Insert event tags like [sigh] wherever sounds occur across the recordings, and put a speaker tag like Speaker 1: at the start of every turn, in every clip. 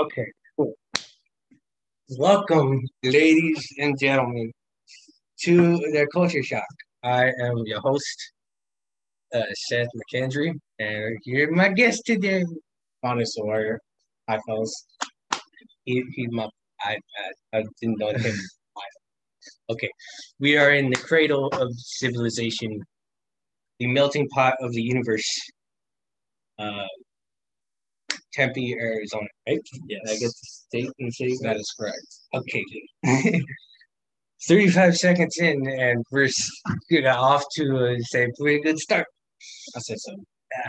Speaker 1: Okay, cool. Welcome, ladies and gentlemen, to the Culture Shock. I am your host, uh, Seth McKendry, and you're my guest today, Honest Warrior. Hi, fellas. He, he's my, I, I, I didn't know him. [laughs] okay, we are in the cradle of civilization, the melting pot of the universe. Uh, Tempe, Arizona, right?
Speaker 2: Yes.
Speaker 1: I get the state and city.
Speaker 2: That is correct.
Speaker 1: Okay. [laughs] good. 35 seconds in, and we're s- good, off to a say, pretty good start.
Speaker 2: I said so.
Speaker 1: [sighs]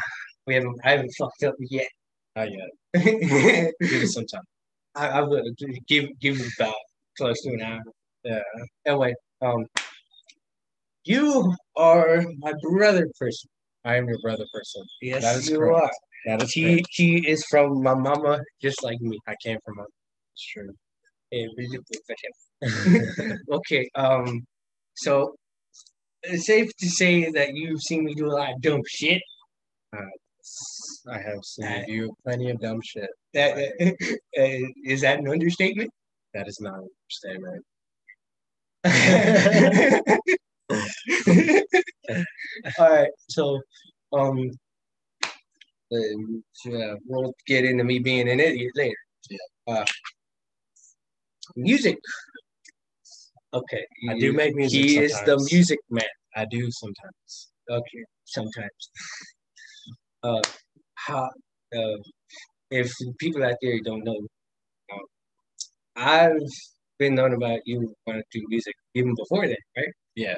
Speaker 1: We haven't, I haven't fucked up yet.
Speaker 2: Not
Speaker 1: [laughs]
Speaker 2: yet.
Speaker 1: I,
Speaker 2: Give it some time.
Speaker 1: I would give give it about close to an hour. Yeah. Anyway, um, you are my brother person.
Speaker 2: I am your brother person.
Speaker 1: Yes,
Speaker 2: That is
Speaker 1: you
Speaker 2: correct.
Speaker 1: are.
Speaker 2: That is
Speaker 1: She
Speaker 2: correct.
Speaker 1: she is from my mama, just like me. I came from her.
Speaker 2: It's true.
Speaker 1: Yeah, we just looked at him. [laughs] Okay, um, so it's safe to say that you've seen me do a lot of dumb shit.
Speaker 2: I have seen you do plenty of dumb shit.
Speaker 1: That [laughs] uh, is that an understatement? [laughs]
Speaker 2: That is not an understatement.
Speaker 1: All right, so um, um, yeah, we'll get into me being an idiot later. Uh, music. Okay,
Speaker 2: I do make music
Speaker 1: He is the
Speaker 2: sometimes.
Speaker 1: music man.
Speaker 2: I do sometimes.
Speaker 1: Okay, sometimes. Uh, how, uh, if people out there don't know, um, I've been known about you wanting to do music even before that, right?
Speaker 2: Yeah.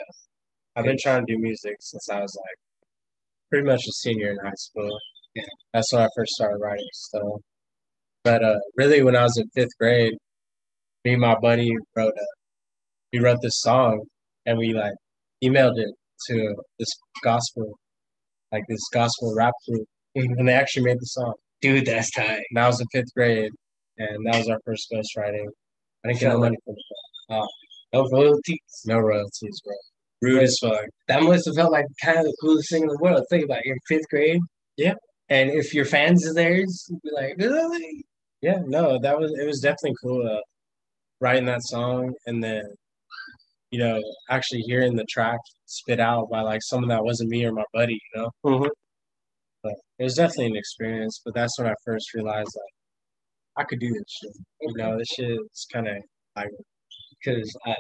Speaker 2: I've been trying to do music since I was like pretty much a senior in high school.
Speaker 1: Yeah.
Speaker 2: That's when I first started writing stuff. But uh, really, when I was in fifth grade, me and my buddy wrote a, we wrote this song and we like emailed it to this gospel, like this gospel rap group,
Speaker 1: Mhm.
Speaker 2: and they actually made the song.
Speaker 1: Dude, that's tight.
Speaker 2: And I was in fifth grade, and that was our first ghostwriting. I didn't get no
Speaker 1: Felt
Speaker 2: money for it.
Speaker 1: No royalty.
Speaker 2: No royalties, bro. Rude as fuck.
Speaker 1: That must have felt like kind of the coolest thing in the world. Think about it, you're in fifth grade.
Speaker 2: Yeah.
Speaker 1: And if your fans are theirs, you'd be like, really?
Speaker 2: Yeah, no, that was it was definitely cool uh, writing that song and then you know actually hearing the track spit out by like someone that wasn't me or my buddy, you know.
Speaker 1: Mhm.
Speaker 2: But it was definitely an experience. But that's when I first realized like I could do this shit. You know, this shit is kind of like
Speaker 1: Because I,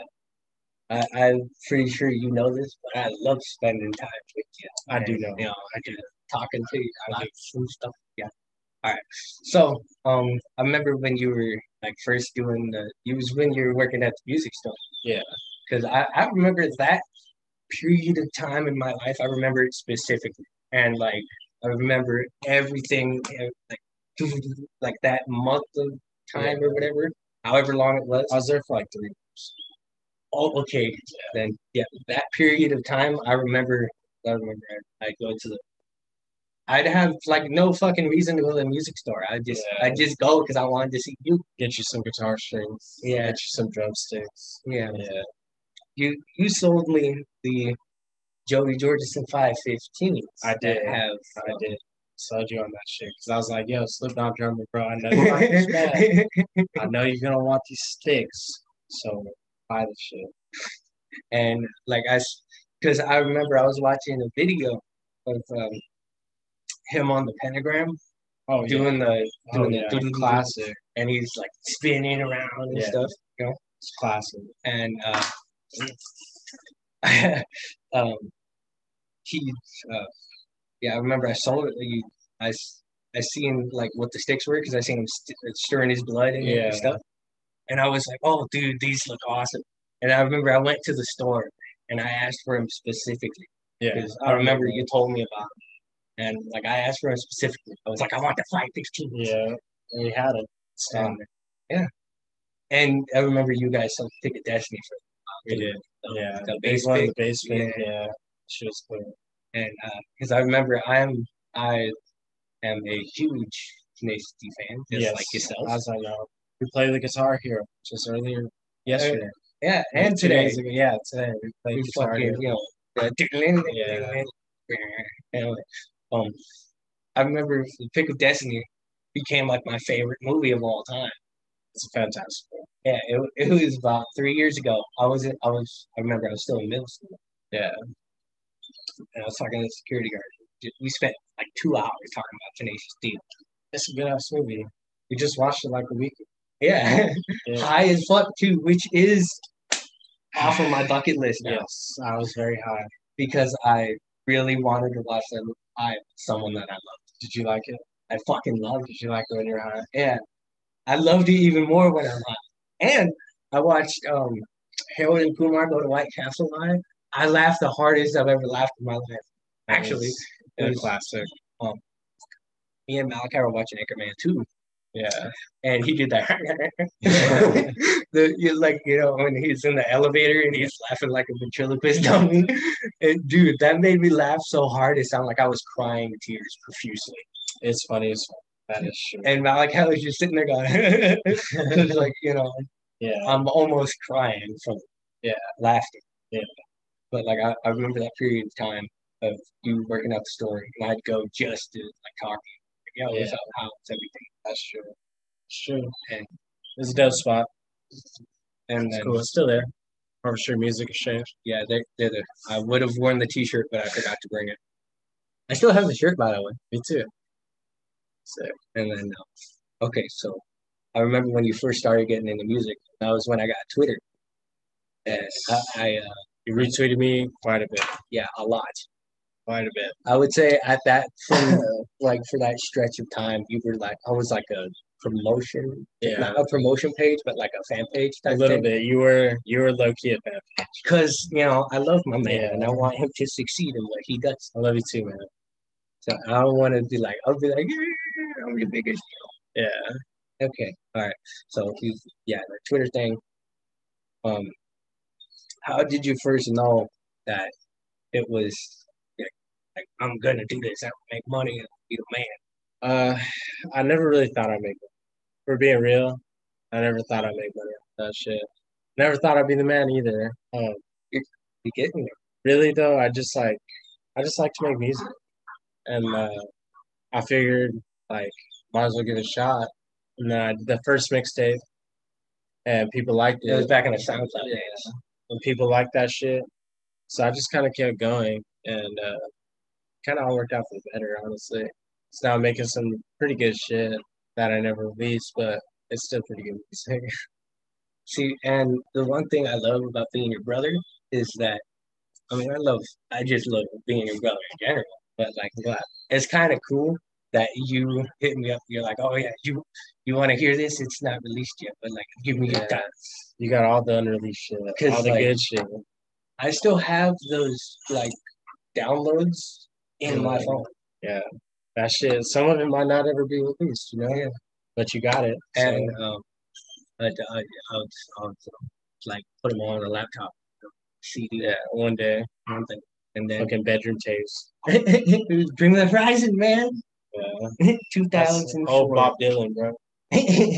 Speaker 1: I, I'm pretty sure you know this, but I love spending time with you.
Speaker 2: I do
Speaker 1: And,
Speaker 2: know.
Speaker 1: You know, I do talking to you. I like some stuff. Yeah. All right. So, um, I remember when you were like first doing the. It was when you were working at the music store.
Speaker 2: Yeah.
Speaker 1: Because I, I remember that period of time in my life. I remember it specifically, and like I remember everything eh, like [laughs] like that month of time or whatever, however long it was.
Speaker 2: I was there for like three.
Speaker 1: Oh, okay. Then yeah, that period of time, I remember. I remember. I would go to the. I'd have like no fucking reason to go to the music store. I just I
Speaker 2: Yeah.
Speaker 1: just go because I wanted to see you.
Speaker 2: Get you some guitar strings.
Speaker 1: Yeah.
Speaker 2: Get you some drumsticks.
Speaker 1: Yeah.
Speaker 2: Yeah.
Speaker 1: You you sold me the Joey Jordison five fifteen.
Speaker 2: I did.
Speaker 1: have.
Speaker 2: I
Speaker 1: um,
Speaker 2: did. Sold you on that shit because I was like, "Yo, Slipknot drummer, bro. I know you like this band.
Speaker 1: [laughs]
Speaker 2: I know you're gonna want these sticks, so buy the shit.
Speaker 1: and like I, because I remember I was watching a video of um, him on the pentagram
Speaker 2: Oh
Speaker 1: doing the
Speaker 2: oh
Speaker 1: doing
Speaker 2: yeah,
Speaker 1: the
Speaker 2: classic,
Speaker 1: and he's like spinning around and
Speaker 2: Yeah.
Speaker 1: stuff.
Speaker 2: it's classic.
Speaker 1: and uh, [laughs] um, he, uh, yeah, I remember I saw it. You, I, s- I seen like what the sticks were because I seen him st- uh, stirring his blood and
Speaker 2: Yeah.
Speaker 1: stuff, and I was like, oh, dude, these look awesome. And I remember I went to the store and I asked for him specifically
Speaker 2: Yeah,
Speaker 1: because I remember you told me about. Him. And like I asked for him specifically, I was like, I want the five fifteen.
Speaker 2: Yeah, and he had it.
Speaker 1: Yeah. yeah. And I remember you guys took Ticket Destiny for
Speaker 2: We did.
Speaker 1: the, the
Speaker 2: Yeah, the big
Speaker 1: bass
Speaker 2: one,
Speaker 1: pick.
Speaker 2: the basement.
Speaker 1: Yeah.
Speaker 2: Yeah, uh, she was cool.
Speaker 1: and because I remember I'm I am a huge Tenacity fan, just like yourself.
Speaker 2: I was like, "Yo, we played the Guitar Hero just earlier yesterday
Speaker 1: yeah, and
Speaker 2: two
Speaker 1: today
Speaker 2: days ago. Yeah, today we played
Speaker 1: we
Speaker 2: Guitar
Speaker 1: fucking
Speaker 2: Hero.
Speaker 1: you know the
Speaker 2: Yeah.
Speaker 1: anyway, um I remember the pick of Destiny. became like my favorite movie of all time.
Speaker 2: It's fantastic. movie.
Speaker 1: Yeah, it, it was about three years ago. I was in- I was I remember I was still in middle school
Speaker 2: Yeah.
Speaker 1: and I was talking to the security guard. Ju- We spent like two hours talking about Tenacious D.
Speaker 2: It's a good ass movie. We just watched it like a week.
Speaker 1: Yeah, [laughs]
Speaker 2: Yeah.
Speaker 1: high as fuck too, which is off of my bucket list now
Speaker 2: Yes, I was very high.
Speaker 1: because I really wanted to watch that. movie. I someone that I love.
Speaker 2: Did you like it?
Speaker 1: I fucking love
Speaker 2: Did you like it when you're high?
Speaker 1: Yeah. I loved it even more when I'm high. And I watched um, Harold and Kumar go to White Castle live. I laughed the hardest I've ever laughed in my life. Actually,
Speaker 2: it
Speaker 1: it
Speaker 2: was
Speaker 1: was-
Speaker 2: a classic.
Speaker 1: Me and Malachi were watching Anchorman 2,
Speaker 2: Yeah.
Speaker 1: and he did
Speaker 2: [laughs]
Speaker 1: that. [laughs] the, you- like, you know, when he's in the elevator and he's laughing like a ventriloquist [laughs] dummy. And, dude, that made me laugh so hard. It sounded like I was crying tears profusely.
Speaker 2: it's funny as fuck. That is true.
Speaker 1: And Malachi was just sitting there
Speaker 2: [laughs]
Speaker 1: going, [laughs] because, like, you know,
Speaker 2: Yeah.
Speaker 1: I'm almost crying from
Speaker 2: Yeah.
Speaker 1: laughter.
Speaker 2: Yeah.
Speaker 1: But like I, I remember that period of time of you working out the story and I'd go just to like talk to you. Like, Yo, what's
Speaker 2: Yeah.
Speaker 1: up? How's everything?
Speaker 2: That's true. It's true.
Speaker 1: Okay.
Speaker 2: It's a dope spot.
Speaker 1: And
Speaker 2: It's
Speaker 1: then,
Speaker 2: cool. It's still there. Harvester Music Exchange.
Speaker 1: yeah, they they're the, I would have worn the t shirt but I forgot to bring it. I still have the shirt by the way.
Speaker 2: Me too.
Speaker 1: Sick. And then uh, okay, so I remember when you first started getting into music, that was when I got Twitter. And I, I uh,
Speaker 2: You retweeted me quite a bit.
Speaker 1: yeah, a lot.
Speaker 2: Quite a bit.
Speaker 1: I would say at that from the, like for that stretch of time, you were like almost like a promotion,
Speaker 2: Yeah.
Speaker 1: not a promotion page, but like a fan page
Speaker 2: A
Speaker 1: type
Speaker 2: little
Speaker 1: thing.
Speaker 2: bit. You were you were low key a fan.
Speaker 1: Because you know I love my man
Speaker 2: Yeah.
Speaker 1: and I want him to succeed in what he does.
Speaker 2: I love you too, man.
Speaker 1: So I don't want to be like I'll be like "Yeah, I'm your biggest.
Speaker 2: Yeah.
Speaker 1: Okay, all right. So you- yeah, the Twitter thing. Um, how did you first know that it was like, like I'm gonna do this? I will make money and be the man.
Speaker 2: Uh, I never really thought I'd make money. For being real, I never thought I'd make money off that shit. Never thought I'd be the man either. Um,
Speaker 1: You getting there?
Speaker 2: really though, I just like I just like to make music, and uh, I figured like might as well give it a shot. And then I did the first mixtape, and people liked
Speaker 1: It was
Speaker 2: it,
Speaker 1: back in the SoundCloud
Speaker 2: Yeah.
Speaker 1: days.
Speaker 2: and people liked that shit. So I just kind of kept going, and uh, kind of all worked out for the better, honestly. It's now I'm making some pretty good shit that I never released, but it's still pretty good music. [laughs]
Speaker 1: See, and the one thing I love about being your brother is that, I mean, I love, I just love being your brother in general, but like,
Speaker 2: Glad.
Speaker 1: it's kind of cool that you hit me up. You're like, oh yeah, you you want to hear this? It's not released yet, but like, give me your
Speaker 2: Yeah.
Speaker 1: time.
Speaker 2: You got all the unreleased
Speaker 1: [laughs]
Speaker 2: shit, all
Speaker 1: Because,
Speaker 2: the
Speaker 1: like-
Speaker 2: good shit.
Speaker 1: I still have those like downloads in my
Speaker 2: Mm.
Speaker 1: phone.
Speaker 2: That shit, some of it might not ever be released, you know?
Speaker 1: Yeah.
Speaker 2: But you got it. so-
Speaker 1: And um, I, I, I'll, I'll like put them on a laptop, CD,
Speaker 2: yeah, one day.
Speaker 1: something, and then [laughs]
Speaker 2: Fucking bedroom tapes.
Speaker 1: bring the horizon, man.
Speaker 2: Yeah.
Speaker 1: [laughs] Two
Speaker 2: That's-
Speaker 1: thousand.
Speaker 2: Oh,
Speaker 1: [laughs]
Speaker 2: Bob Dylan, bro.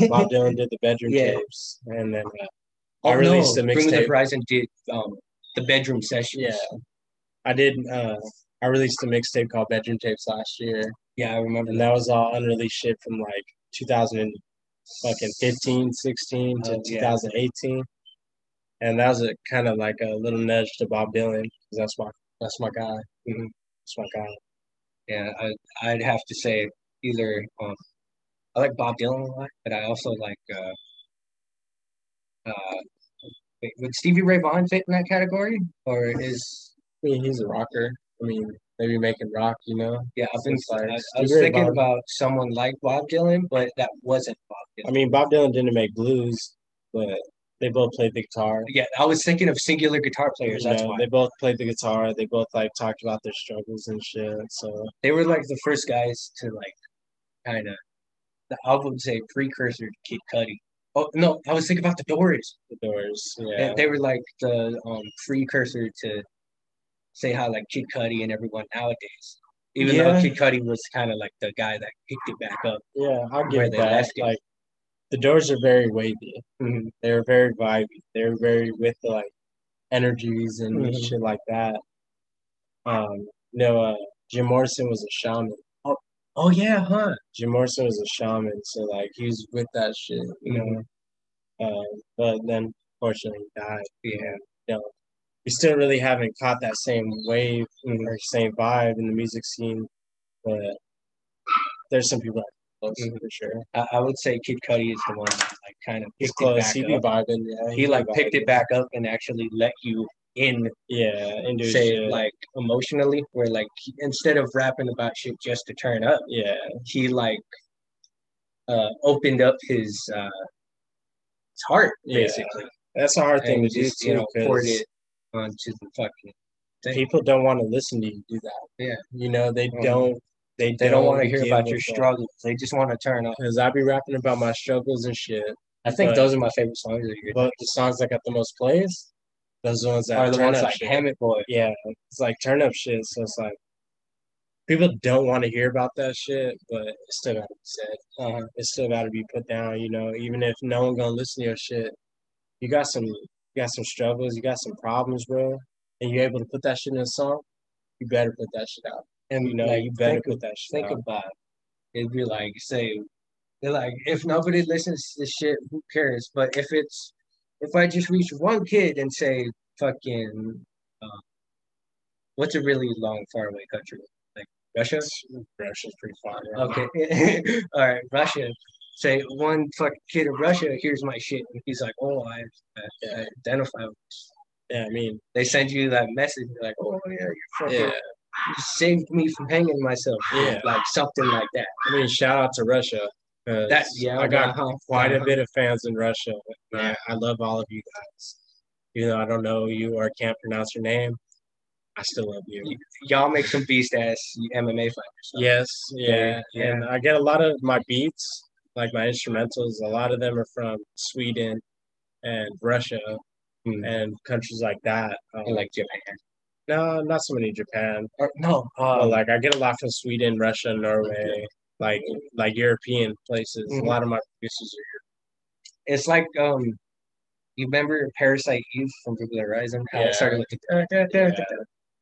Speaker 2: Bob Dylan did the bedroom
Speaker 1: Yeah.
Speaker 2: tapes. And then, uh, I released the
Speaker 1: Oh, Bring the
Speaker 2: mixtape.
Speaker 1: Horizon did um, the bedroom sessions.
Speaker 2: yeah, I did. Uh, I released a mixtape called Bedroom Tapes last year.
Speaker 1: yeah, I remember.
Speaker 2: and
Speaker 1: That.
Speaker 2: that was all unreleased shit from like 2015, 16 to
Speaker 1: Oh, yeah.
Speaker 2: 2018. And that was a kind of like a little nudge to Bob Dylan 'cause that's my that's my guy. Mm-hmm.
Speaker 1: Mhm.
Speaker 2: That's my guy.
Speaker 1: Yeah, I, I'd have to say either um, I like Bob Dylan a lot, but I also like. Uh, uh, wait, would Stevie Ray Vaughan fit in that category, or is
Speaker 2: I mean, he's a rocker. I mean, maybe making rock, you know.
Speaker 1: yeah? I've been
Speaker 2: It's like
Speaker 1: I, I
Speaker 2: Stevie
Speaker 1: was
Speaker 2: Ray
Speaker 1: thinking
Speaker 2: Vaughan.
Speaker 1: about someone like Bob Dylan, but that wasn't Bob
Speaker 2: I
Speaker 1: Dylan.
Speaker 2: mean, Bob Dylan didn't make blues, but they both played the guitar.
Speaker 1: Yeah, I was thinking of singular guitar
Speaker 2: You
Speaker 1: players. That's
Speaker 2: know,
Speaker 1: why
Speaker 2: they both played the guitar. They both like talked about their struggles and shit. So
Speaker 1: they were like the first guys to like kind of the album's a precursor to Kid Cudi. Oh no, I was thinking about the Doors.
Speaker 2: the Doors,
Speaker 1: They-
Speaker 2: yeah,
Speaker 1: They, were like the um, precursor to say how like Kid Cudi and everyone nowadays. Even though
Speaker 2: Yeah.
Speaker 1: Kid Cudi was kind of like the guy that picked it back up.
Speaker 2: yeah, I'll give
Speaker 1: where
Speaker 2: it
Speaker 1: they
Speaker 2: that.
Speaker 1: left it.
Speaker 2: Like the Doors are very wavy.
Speaker 1: Mhm.
Speaker 2: they were very vibey. They were very with the, like energies and
Speaker 1: Mhm.
Speaker 2: shit like that. Um, you know, uh, Jim Morrison was a shaman.
Speaker 1: Oh, Oh yeah, huh?
Speaker 2: Jim Morrison was a shaman, so like he was with that shit, you know. Um, but then fortunately he died.
Speaker 1: Yeah.
Speaker 2: You know, we still really haven't caught that same wave
Speaker 1: Mhm.
Speaker 2: or same vibe in the music scene, but there's some people that are close
Speaker 1: Mhm.
Speaker 2: for sure.
Speaker 1: I, I would say Kid Cudi is the one that like kind of
Speaker 2: He's
Speaker 1: picked it
Speaker 2: close.
Speaker 1: back
Speaker 2: He be
Speaker 1: up.
Speaker 2: vibing. Yeah,
Speaker 1: He
Speaker 2: be
Speaker 1: like picked
Speaker 2: vibing.
Speaker 1: it back up and actually let you in,
Speaker 2: Yeah, and do his
Speaker 1: say
Speaker 2: shit.
Speaker 1: like emotionally, where like he- instead of rapping about shit just to turn up,
Speaker 2: yeah,
Speaker 1: he like uh opened up his uh his heart
Speaker 2: Yeah,
Speaker 1: basically
Speaker 2: that's a hard thing
Speaker 1: and
Speaker 2: to do
Speaker 1: just you know
Speaker 2: too.
Speaker 1: poured
Speaker 2: 'cause-
Speaker 1: it onto the fucking thing.
Speaker 2: people don't want to listen to you do that.
Speaker 1: Yeah.
Speaker 2: You know, they
Speaker 1: Mhm.
Speaker 2: don't they,
Speaker 1: they don't want to hear about your struggles. They just want to turn up.
Speaker 2: Because I be rapping about my struggles and shit.
Speaker 1: I think
Speaker 2: But-
Speaker 1: those are my favorite songs of yours.
Speaker 2: But the songs that got the most plays, those are the ones that
Speaker 1: Are the
Speaker 2: turn
Speaker 1: ones
Speaker 2: up
Speaker 1: like
Speaker 2: shit.
Speaker 1: Hammett Boy.
Speaker 2: Yeah. It's like turn up shit. So it's like people don't want to hear about that shit, but it's still gotta be said.
Speaker 1: Uh-huh.
Speaker 2: It's still gotta be put down, you know, even if no one gonna listen to your shit. You got some you got some struggles, you got some problems, bro. And you're able to put that shit in a song, you better put that shit out.
Speaker 1: And
Speaker 2: You know,
Speaker 1: like,
Speaker 2: you better
Speaker 1: think,
Speaker 2: put that shit
Speaker 1: think
Speaker 2: out.
Speaker 1: about it. It'd be like, say, they're like, if nobody listens to this shit, who cares? But if it's, if I just reach one kid and say, fucking, uh, what's a really long, faraway country? Like Russia?
Speaker 2: Russia's pretty far. right?
Speaker 1: Okay. [laughs] All right, Russia. Say one fucking kid in Russia hears my shit, and he's like, oh, I, I, I identify with this.
Speaker 2: Yeah, I mean,
Speaker 1: they send you that message like, "Oh yeah, you're fucking
Speaker 2: yeah,
Speaker 1: you saved me from hanging myself,"
Speaker 2: Yeah.
Speaker 1: like something like that.
Speaker 2: I mean, shout out to Russia. 'cause
Speaker 1: That yeah,
Speaker 2: I got
Speaker 1: uh-huh,
Speaker 2: quite a
Speaker 1: uh-huh.
Speaker 2: bit of fans in Russia. and
Speaker 1: Yeah.
Speaker 2: I, I love all of you guys. Even though I don't know you or can't pronounce your name, I still love you.
Speaker 1: Y'all make some beast ass MMA fighters.
Speaker 2: Yes, yeah,
Speaker 1: Very-
Speaker 2: and I get a lot of my beats, like my instrumentals. A lot of them are from Sweden and Russia
Speaker 1: Hmm.
Speaker 2: and countries like that. Um,
Speaker 1: And, like Japan.
Speaker 2: no, not so many Japan.
Speaker 1: Or, no,
Speaker 2: But
Speaker 1: uh,
Speaker 2: like I get a lot from Sweden, Russia, Norway, like like European places.
Speaker 1: Mhm.
Speaker 2: A lot of my producers are
Speaker 1: it's like um, you remember Parasite Eve from Google Horizon? How
Speaker 2: Yeah.
Speaker 1: it started with the da, da, da, da, da,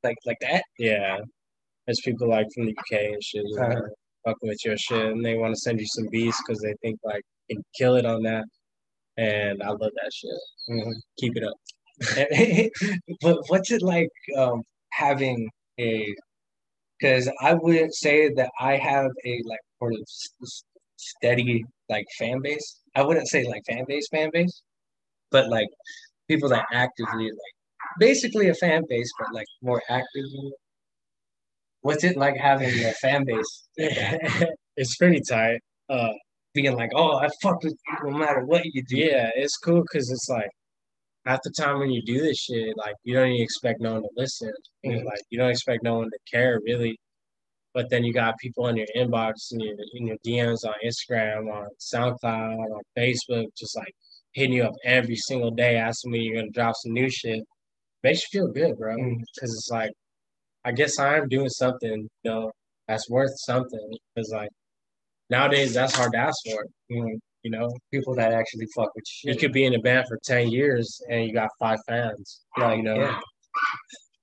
Speaker 1: like [laughs] like that.
Speaker 2: yeah. There's people like from the UK and shit you know,
Speaker 1: Uh-huh.
Speaker 2: fucking with your shit, and they want to send you some beats because they think like you can kill it on that. And I love that shit. Keep it up. [laughs]
Speaker 1: [laughs] but what's it like um, having a? Because I wouldn't say that I have a like sort of s- s- steady like fan base. I wouldn't say like fan base, fan base, but like people that actively like basically a fan base, but like more actively. What's it like having a fan base like that?
Speaker 2: it's pretty tight. Uh,
Speaker 1: being like, oh, I fuck with you no matter what you do.
Speaker 2: yeah, it's cool because it's like half the time when you do this shit, like you don't even expect no one to listen. You know,
Speaker 1: Mhm.
Speaker 2: Like you don't expect no one to care really. But then you got people in your inbox and your in your DMs on Instagram, on SoundCloud, on Facebook, just like hitting you up every single day, asking me you're gonna drop some new shit. Makes you feel good, bro.
Speaker 1: Mhm.
Speaker 2: Cause it's like I guess I am doing something, you know, that's worth something. Cause like nowadays that's hard to ask for.
Speaker 1: Mhm.
Speaker 2: You know,
Speaker 1: People that actually fuck with shit.
Speaker 2: you could be in a band for 10 years and you got five fans
Speaker 1: like,
Speaker 2: you know
Speaker 1: yeah.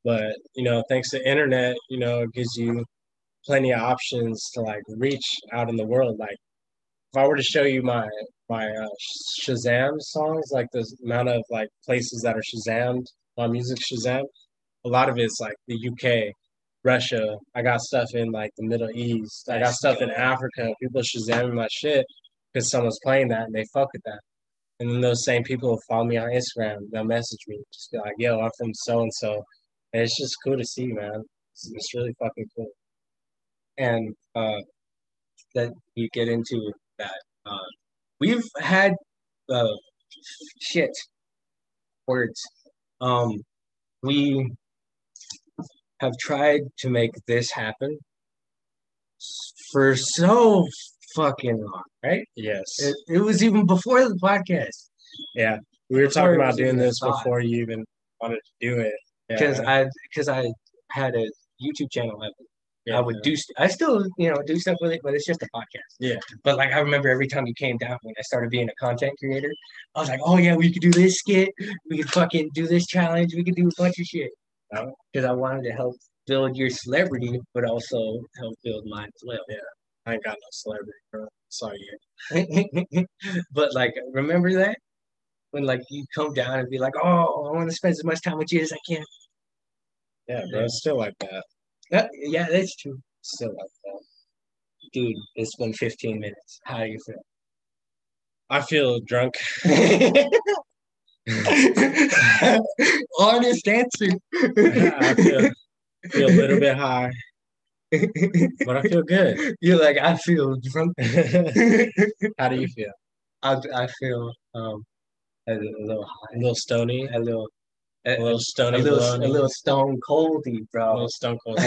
Speaker 2: but you know thanks to internet you know it gives you plenty of options to like reach out in the world like if i were to show you my my uh, Sh- shazam songs like the amount of like places that are shazammed my music shazam a lot of it's like the uk russia i got stuff in like the middle east i got
Speaker 1: That's
Speaker 2: stuff in
Speaker 1: dope.
Speaker 2: africa people shazamming my shit because someone's playing that and they fuck with that and then those same people will follow me on Instagram. They'll message me, just be like, "Yo, I'm from so and so," and it's just cool to see, man. It's, it's really fucking cool.
Speaker 1: and uh, that you get into that. Uh, we've had uh, shit words. Um, we have tried to make this happen s- for so fucking long, right?
Speaker 2: Yes,
Speaker 1: It, it was even before the podcast
Speaker 2: yeah. We were
Speaker 1: Before
Speaker 2: talking
Speaker 1: it
Speaker 2: about
Speaker 1: was
Speaker 2: doing
Speaker 1: even a
Speaker 2: this
Speaker 1: thought.
Speaker 2: before you even wanted to do it. Yeah,
Speaker 1: because I because I had a YouTube channel. I,
Speaker 2: yeah,
Speaker 1: I would do. St- I still you know do stuff with it, but it's just a podcast.
Speaker 2: Yeah,
Speaker 1: But like I remember every time you came down when I started being a content creator, I was like, oh yeah, we could do this skit, we could fucking do this challenge, we could do a bunch of shit.
Speaker 2: Oh.
Speaker 1: Because I wanted to help build your celebrity, but also help build mine as well. Yeah.
Speaker 2: I ain't got no celebrity, bro. Sorry, you.
Speaker 1: [laughs] but like, remember that when like you come down and be like, "Oh, I want to spend as much time with you as I can."
Speaker 2: Yeah, bro. It's still like that.
Speaker 1: Yeah, Uh, yeah, that's true,
Speaker 2: Still like that.
Speaker 1: dude. It's been 15 minutes. How do you feel?
Speaker 2: I feel
Speaker 1: [laughs]
Speaker 2: drunk. [laughs]
Speaker 1: Honest answer.
Speaker 2: I feel, feel a little bit high, but I feel good. [laughs]
Speaker 1: You're like, I feel drunk.
Speaker 2: How do you feel?
Speaker 1: I, I feel um a little
Speaker 2: A little stony,
Speaker 1: a little
Speaker 2: a little
Speaker 1: a
Speaker 2: stony,
Speaker 1: little
Speaker 2: baloney,
Speaker 1: a little stone coldy,
Speaker 2: a
Speaker 1: bro.
Speaker 2: little stone
Speaker 1: [laughs]
Speaker 2: cold.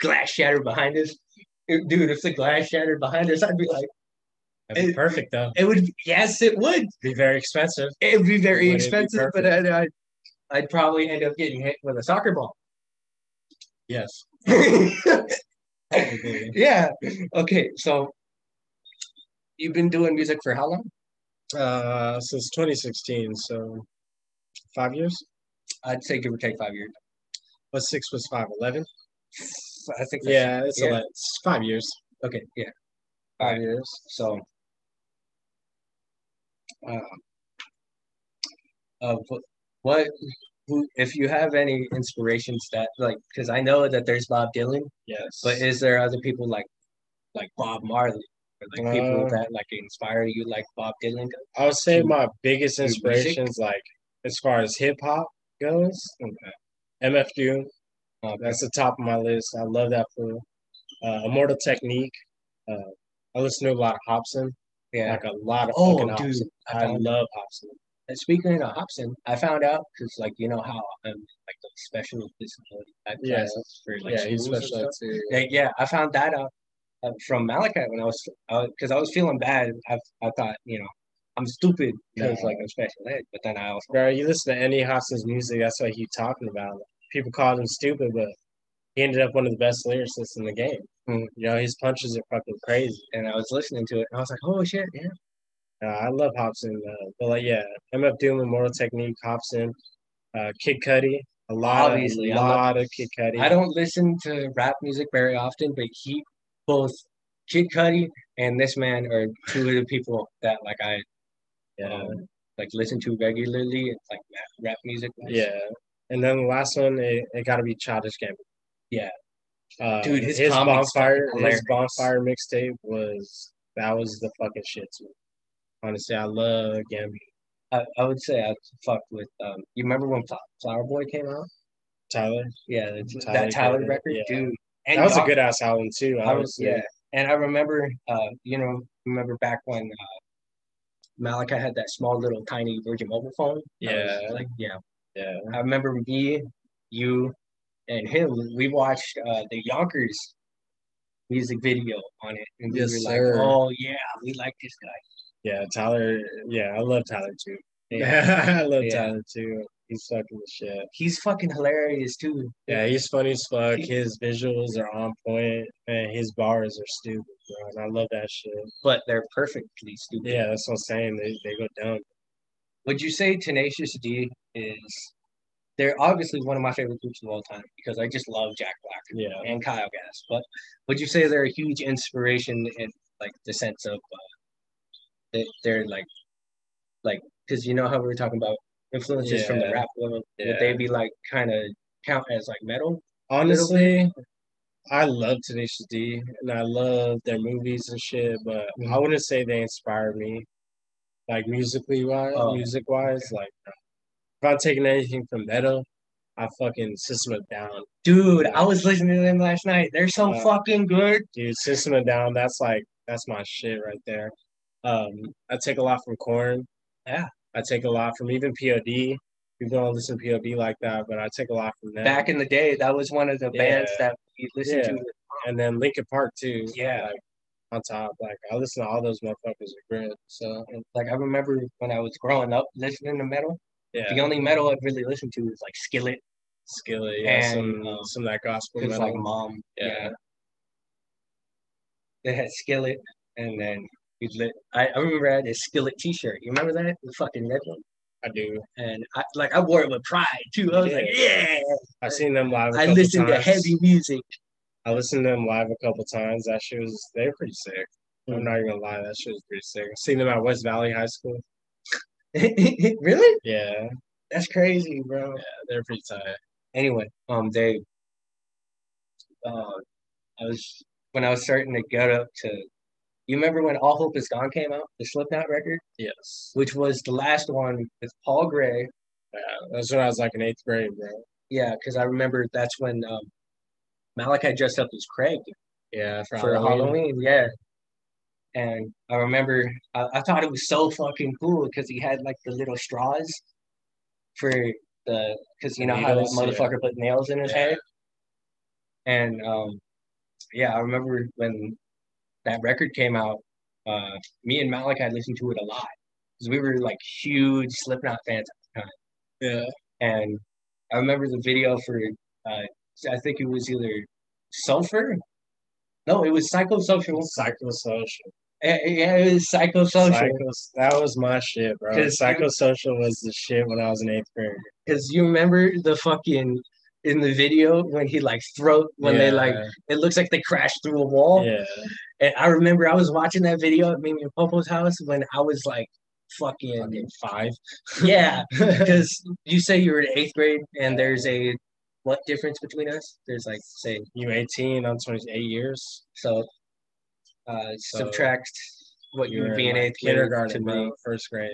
Speaker 1: glass shattered behind us. If- Dude, if the glass shattered behind us, I'd be like,
Speaker 2: That'd be perfect though.
Speaker 1: it would. Yes, it would.
Speaker 2: Be very expensive.
Speaker 1: It'd be very
Speaker 2: Would it be
Speaker 1: expensive, but I'd, I'd, I'd probably end up getting hit with a soccer
Speaker 2: [laughs]
Speaker 1: ball.
Speaker 2: Yes. Probably.
Speaker 1: yeah. Okay. So you've been doing music for how long?
Speaker 2: [laughs] Uh, since 2016, so five years.
Speaker 1: I'd say give or take five years.
Speaker 2: What six was five? Eleven.
Speaker 1: I think. that's-
Speaker 2: Yeah, it's
Speaker 1: Yeah.
Speaker 2: a lot. It's five years.
Speaker 1: Okay. Yeah. Five years. So. Uh, uh, wh- what, who, if you have any inspirations that like, because I know that there's Bob Dylan,
Speaker 2: Yes.
Speaker 1: but is there other people like, like Bob Marley, or like people
Speaker 2: Uh,
Speaker 1: that like inspire you, like Bob Dylan?
Speaker 2: I would say
Speaker 1: to-
Speaker 2: my biggest
Speaker 1: to music?
Speaker 2: inspirations, like as far as hip hop goes, MF Doom.
Speaker 1: Oh,
Speaker 2: Uh, that's the top of my list. I love that fool. Uh, Immortal Technique. Uh, I listen to a lot of Hobson,
Speaker 1: Yeah.
Speaker 2: like a lot of
Speaker 1: Oh,
Speaker 2: fucking
Speaker 1: dude,
Speaker 2: Hobson.
Speaker 1: I
Speaker 2: I,
Speaker 1: found-
Speaker 2: love Hobson.
Speaker 1: And speaking of Hobson, I found out because, like, you know how I'm like the special disability type
Speaker 2: Yeah.
Speaker 1: classes for like
Speaker 2: yeah, he's
Speaker 1: schools and
Speaker 2: special
Speaker 1: stuff.
Speaker 2: ed too.
Speaker 1: Like, yeah, I found that out uh, from Malachi when I was because I, was feeling bad. I, I thought, you know, I'm stupid because
Speaker 2: No.
Speaker 1: like I'm special ed, but then I also
Speaker 2: Bro, you listen to any Hobson's music, that's what he's talking about. People called him stupid, but he ended up one of the best lyricists in the game.
Speaker 1: Mhm.
Speaker 2: You know, his punches are fucking crazy.
Speaker 1: and I was listening to it and I was like, oh shit, yeah,
Speaker 2: Uh, I love Hobson, uh, but like, yeah, MF Doom, Immortal Technique, Hobson, uh, Kid Cudi, a lot,
Speaker 1: Obviously, I
Speaker 2: a
Speaker 1: love-
Speaker 2: lot of Kid Cudi.
Speaker 1: I don't listen to rap music very often, but he both Kid Cudi and this man are two of the people that like I
Speaker 2: yeah,
Speaker 1: um, like listen to regularly. It's like rap, rap music.
Speaker 2: yeah. And then the last one, it, it got to be Childish Gambino.
Speaker 1: Yeah.
Speaker 2: uh,
Speaker 1: Dude,
Speaker 2: dude,
Speaker 1: his
Speaker 2: his,
Speaker 1: comic's
Speaker 2: bonfire,
Speaker 1: fucking
Speaker 2: his
Speaker 1: hilarious.
Speaker 2: bonfire mixtape was that was the fucking shit to me. Honestly, I love Gambino.
Speaker 1: I, I would say I fucked with. Um, you remember when Fla- Flower Boy came out?
Speaker 2: Tyler,
Speaker 1: Yeah, that's,
Speaker 2: Mm-hmm. Tyler
Speaker 1: that Tyler
Speaker 2: Perry,
Speaker 1: record,
Speaker 2: yeah.
Speaker 1: dude. And
Speaker 2: that was a
Speaker 1: Doc-
Speaker 2: good ass album too.
Speaker 1: I was,
Speaker 2: Honestly,
Speaker 1: yeah, and I remember, uh, you know, remember back when uh, Malachi had that small little tiny Virgin mobile phone. I was
Speaker 2: Yeah.
Speaker 1: like yeah.
Speaker 2: yeah,
Speaker 1: I remember me, you, and him. We watched uh, the Yonkers music video on it, and we
Speaker 2: Yes,
Speaker 1: were
Speaker 2: sir.
Speaker 1: like, "Oh yeah, we like this guy."
Speaker 2: yeah. Tyler, yeah, I love Tyler too.
Speaker 1: Yeah.
Speaker 2: Yeah, [laughs] I love
Speaker 1: Yeah.
Speaker 2: Tyler too. He's fucking the shit.
Speaker 1: He's fucking hilarious too.
Speaker 2: Yeah, he's funny as fuck.
Speaker 1: He-
Speaker 2: His visuals are on point, and his bars are stupid, bro. And I love that shit.
Speaker 1: but they're perfectly stupid.
Speaker 2: Yeah, that's what I'm saying. They they go down.
Speaker 1: Would you say Tenacious D is? They're obviously one of my favorite groups of all time because I just love Jack Black
Speaker 2: Yeah,
Speaker 1: and Kyle Gass. But would you say they're a huge inspiration in like the sense of uh, that they're like, like because you know how we were talking about influences from the
Speaker 2: Yeah.
Speaker 1: rap world? Would
Speaker 2: Yeah.
Speaker 1: they be like kind of count as like metal?
Speaker 2: honestly, I love Tenacious D, and I love their movies and shit. But
Speaker 1: Mm-hmm.
Speaker 2: I wouldn't say they inspire me, like musically wise.
Speaker 1: Oh,
Speaker 2: music wise, like if I'm taking anything from metal, I fucking System of Down,
Speaker 1: Dude, I was listening to them last night. They're so
Speaker 2: Uh,
Speaker 1: fucking good.
Speaker 2: dude. System of Down, that's like that's my shit right there. Um, I take a lot from Corn.
Speaker 1: Yeah.
Speaker 2: I take a lot from even POD. You don't listen to POD like that, but I take a lot from them.
Speaker 1: Back in the day, that was one of the bands that we listened
Speaker 2: Yeah.
Speaker 1: to
Speaker 2: and then Linkin Park too.
Speaker 1: Yeah.
Speaker 2: like, on top, like I listen to all those motherfuckers with grit. So
Speaker 1: And, like I remember when I was growing up listening to metal.
Speaker 2: yeah,
Speaker 1: The only metal I've really listened to is like Skillet,
Speaker 2: Skillet, yeah,
Speaker 1: And,
Speaker 2: some
Speaker 1: um,
Speaker 2: some of that gospel
Speaker 1: because
Speaker 2: metal.
Speaker 1: like mom, yeah.
Speaker 2: Yeah.
Speaker 1: They had Skillet, and then you lit. I, I remember I had a Skillet T-shirt. You remember that the fucking red one?
Speaker 2: I do.
Speaker 1: And I like I wore it with pride too. I was like, yeah,
Speaker 2: I've seen them live. I
Speaker 1: I listened to
Speaker 2: times.
Speaker 1: heavy music. [laughs]
Speaker 2: I listened to them live a couple times. That shit was they were pretty sick.
Speaker 1: Hmm.
Speaker 2: I'm not even gonna lie, that shit was pretty sick. I've seen them at West Valley High School.
Speaker 1: really?
Speaker 2: Yeah,
Speaker 1: That's crazy, bro.
Speaker 2: yeah, they're pretty tight.
Speaker 1: Anyway, um, they, uh, I was when I was starting to get up to, you remember when All Hope Is Gone came out, the Slipknot record,
Speaker 2: Yes,
Speaker 1: which was the last one with Paul Gray.
Speaker 2: yeah, that's when I was like in eighth grade, bro.
Speaker 1: Yeah, because I remember that's when um, Malachi dressed up as Craig
Speaker 2: Yeah,
Speaker 1: for Halloween. Yeah. And I remember I, I thought it was so fucking cool because he had like the little straws for the because you know how that
Speaker 2: Needles, yeah.
Speaker 1: motherfucker put nails in his
Speaker 2: Yeah.
Speaker 1: head. And um, yeah, I remember when that record came out. Uh, me and Malachi listened to it a lot because we were like huge Slipknot fans
Speaker 2: Yeah,
Speaker 1: and I remember the video for uh, I think it was either Sulfur. No, it was psychosocial.
Speaker 2: psychosocial.
Speaker 1: Eh, eh, Yeah, it was psychosocial
Speaker 2: Psychos- that was my shit, bro.
Speaker 1: 'Cause-
Speaker 2: Psychosocial was the shit when I was in eighth grade.
Speaker 1: because you remember the fucking in the video when he like throat when they like it looks like they crashed through a wall.
Speaker 2: yeah,
Speaker 1: And I remember I was watching that video at Mimi and Popo's house when I was like fucking
Speaker 2: fucking five. [laughs]
Speaker 1: yeah, because you say you were in eighth grade and there's a what difference between us? There's like say
Speaker 2: You eighteen? I'm twenty eight years.
Speaker 1: So, uh,
Speaker 2: So,
Speaker 1: subtract what you would
Speaker 2: were
Speaker 1: be in
Speaker 2: like,
Speaker 1: eighth grade to
Speaker 2: kindergarten,
Speaker 1: me.
Speaker 2: bro, first grade.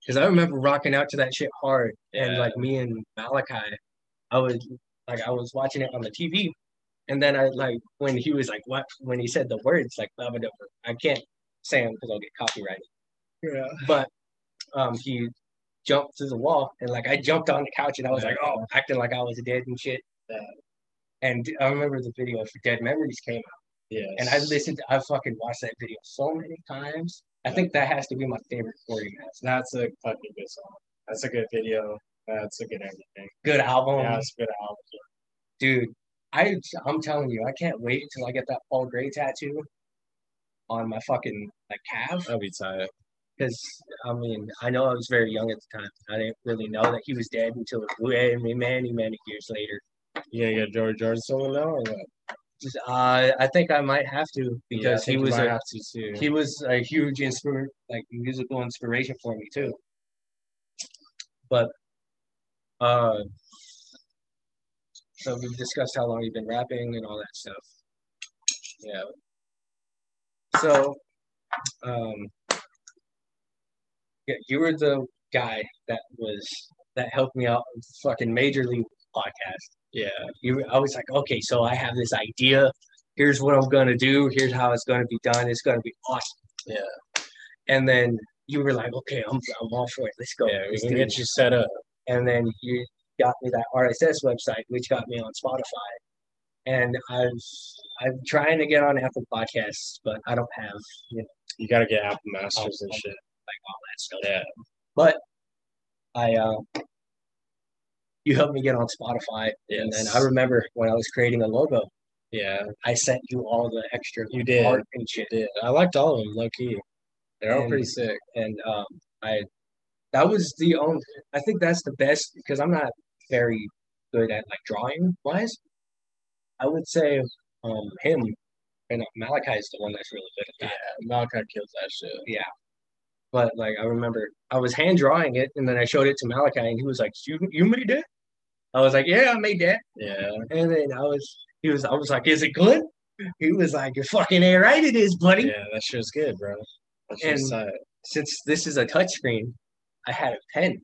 Speaker 1: Because I remember rocking out to that shit hard, and
Speaker 2: Yeah.
Speaker 1: like me and Malachi, I was like I was watching it on the TV, and then I like when he was like what when he said the words like "Baba Dabba," I can't say them because I'll get copyrighted,
Speaker 2: Yeah.
Speaker 1: but um he jumped through the wall and like I jumped on the couch and I was like oh acting like I was dead and shit.
Speaker 2: Yeah.
Speaker 1: And I remember the video for Dead Memories came
Speaker 2: Yes.
Speaker 1: and I listened, I fucking watched that video so many times. I think that has to be my favorite recording.
Speaker 2: That's a fucking good song. That's a good video. That's a good everything.
Speaker 1: Good album,
Speaker 2: yeah, it's a good album.
Speaker 1: dude. I, I'm telling you, I can't wait until I get that Paul Gray tattoo on my fucking like calf.
Speaker 2: I'll be tired.
Speaker 1: Because I mean, I know I was very young at the time. I didn't really know that he was dead until way many, many years later.
Speaker 2: You gonna get George George solo now or what?
Speaker 1: Just, uh, I think I might have to
Speaker 2: Yeah, I
Speaker 1: because
Speaker 2: think
Speaker 1: he
Speaker 2: you
Speaker 1: was
Speaker 2: might
Speaker 1: a
Speaker 2: have to too.
Speaker 1: he was a huge inspir- like musical inspiration for me too. But uh so we've discussed how long you've been rapping and all that stuff.
Speaker 2: yeah.
Speaker 1: So um yeah, you were the guy that was that helped me out with the fucking major league podcast.
Speaker 2: Yeah.
Speaker 1: You were- I was like, okay, so I have this idea. Here's what I'm gonna do. Here's how it's gonna be done. It's gonna be awesome.
Speaker 2: Yeah.
Speaker 1: And then you were like, okay, I'm, I'm all for it. Let's go.
Speaker 2: Yeah. We
Speaker 1: Let's
Speaker 2: can
Speaker 1: do
Speaker 2: get
Speaker 1: this."
Speaker 2: you set up.
Speaker 1: And then you got me that RSS website, which got me on Spotify. And I've I'm trying to get on Apple Podcasts, but I don't have
Speaker 2: You gotta get Apple Masters and
Speaker 1: Oh.
Speaker 2: shit.
Speaker 1: all that stuff.
Speaker 2: Yeah.
Speaker 1: But I uh, you helped me get on Spotify. And then I
Speaker 2: Yes.
Speaker 1: remember when I was creating a logo,
Speaker 2: Yeah.
Speaker 1: I sent you all the extra
Speaker 2: You did.
Speaker 1: art and shit.
Speaker 2: Did I liked all of them, low key. They're all
Speaker 1: And-
Speaker 2: pretty sick.
Speaker 1: and um, I that was the only I think that's the best because I'm not very good at like drawing wise. I would say um, him and uh, Malachi is the one that's really good at that.
Speaker 2: Malachi kills that shit.
Speaker 1: But like I remember I was hand drawing it and then I showed it to Malachi and he was like, "You you made that?" I was like, "Yeah, I made that."
Speaker 2: Yeah.
Speaker 1: And then I was he was I was like, "Is it good?" He was like, "You're fucking ain't right, it is, buddy."
Speaker 2: Yeah, that shit was good, bro. That shit was tight.
Speaker 1: since this is a touchscreen, I had a pen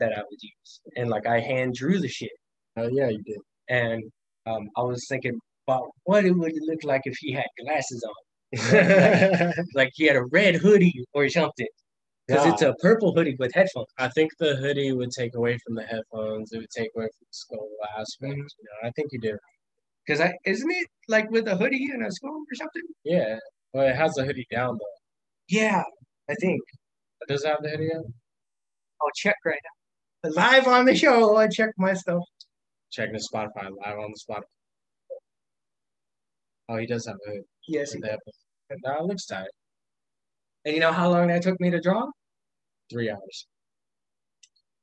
Speaker 1: that I would use, and like I hand drew the shit.
Speaker 2: Oh yeah, you
Speaker 1: [laughs]
Speaker 2: did.
Speaker 1: And um, I was thinking about what it would look like if he had glasses on,
Speaker 2: [laughs]
Speaker 1: like he had a red hoodie or something, because it's
Speaker 2: Nah,
Speaker 1: a purple hoodie with headphones.
Speaker 2: I think the hoodie would take away from the headphones. It would take away from the skull
Speaker 1: Mm-hmm.
Speaker 2: aspect. You know, I think you did.
Speaker 1: Because I isn't it like with a hoodie and a scarf or something?
Speaker 2: Yeah. Well, it has the hoodie down though.
Speaker 1: Yeah, I think.
Speaker 2: Does it have the hoodie down?
Speaker 1: I'll check right now. Live on the show, I check my stuff.
Speaker 2: Checking the Spotify live on the Spotify. Oh, he does have a hoodie.
Speaker 1: Yes,
Speaker 2: with the headphones. Nah, it looks tight.
Speaker 1: and you know how long that took me to draw?
Speaker 2: Three hours.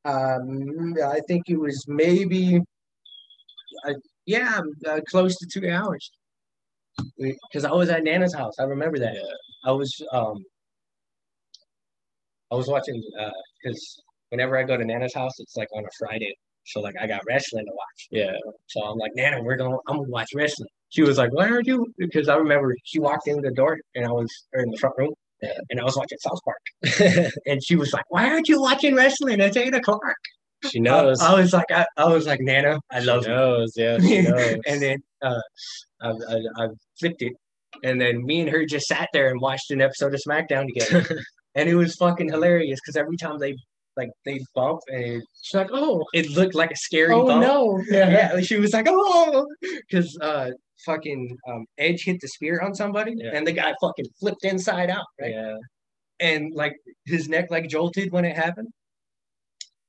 Speaker 1: Um, I think it was maybe I, Yeah, uh, close to two hours. Because I was at Nana's house. I remember that.
Speaker 2: Yeah.
Speaker 1: I was um, I was watching because whenever I go to Nana's house, it's like on a Friday. So like I got wrestling to watch.
Speaker 2: Yeah.
Speaker 1: So I'm like, Nana, we're gonna I'm gonna watch wrestling. She was like, Why are you? Because I remember she walked in the door and I was or in the front room.
Speaker 2: Yeah.
Speaker 1: And I was watching South
Speaker 2: [laughs]
Speaker 1: Park, and she was like, "Why aren't you watching wrestling? It's eight o'clock."
Speaker 2: She
Speaker 1: I,
Speaker 2: knows.
Speaker 1: I was like, I, "I was like, Nana, Uh, I love
Speaker 2: she
Speaker 1: you."
Speaker 2: knows.
Speaker 1: [laughs]
Speaker 2: Yeah, she knows.
Speaker 1: and then uh, I, I, I flipped it, and then me and her just sat there and watched an episode of SmackDown together,
Speaker 2: [laughs]
Speaker 1: and it was fucking hilarious because every time they like they bump and
Speaker 2: she's like, oh,
Speaker 1: it looked like a scary
Speaker 2: oh
Speaker 1: bump.
Speaker 2: no.
Speaker 1: [laughs]
Speaker 2: Yeah.
Speaker 1: Yeah, like, she was like, oh, because uh, fucking um, Edge hit the spear on somebody,
Speaker 2: Yeah.
Speaker 1: and the guy fucking flipped inside out, right?
Speaker 2: Yeah.
Speaker 1: And like his neck like jolted when it happened.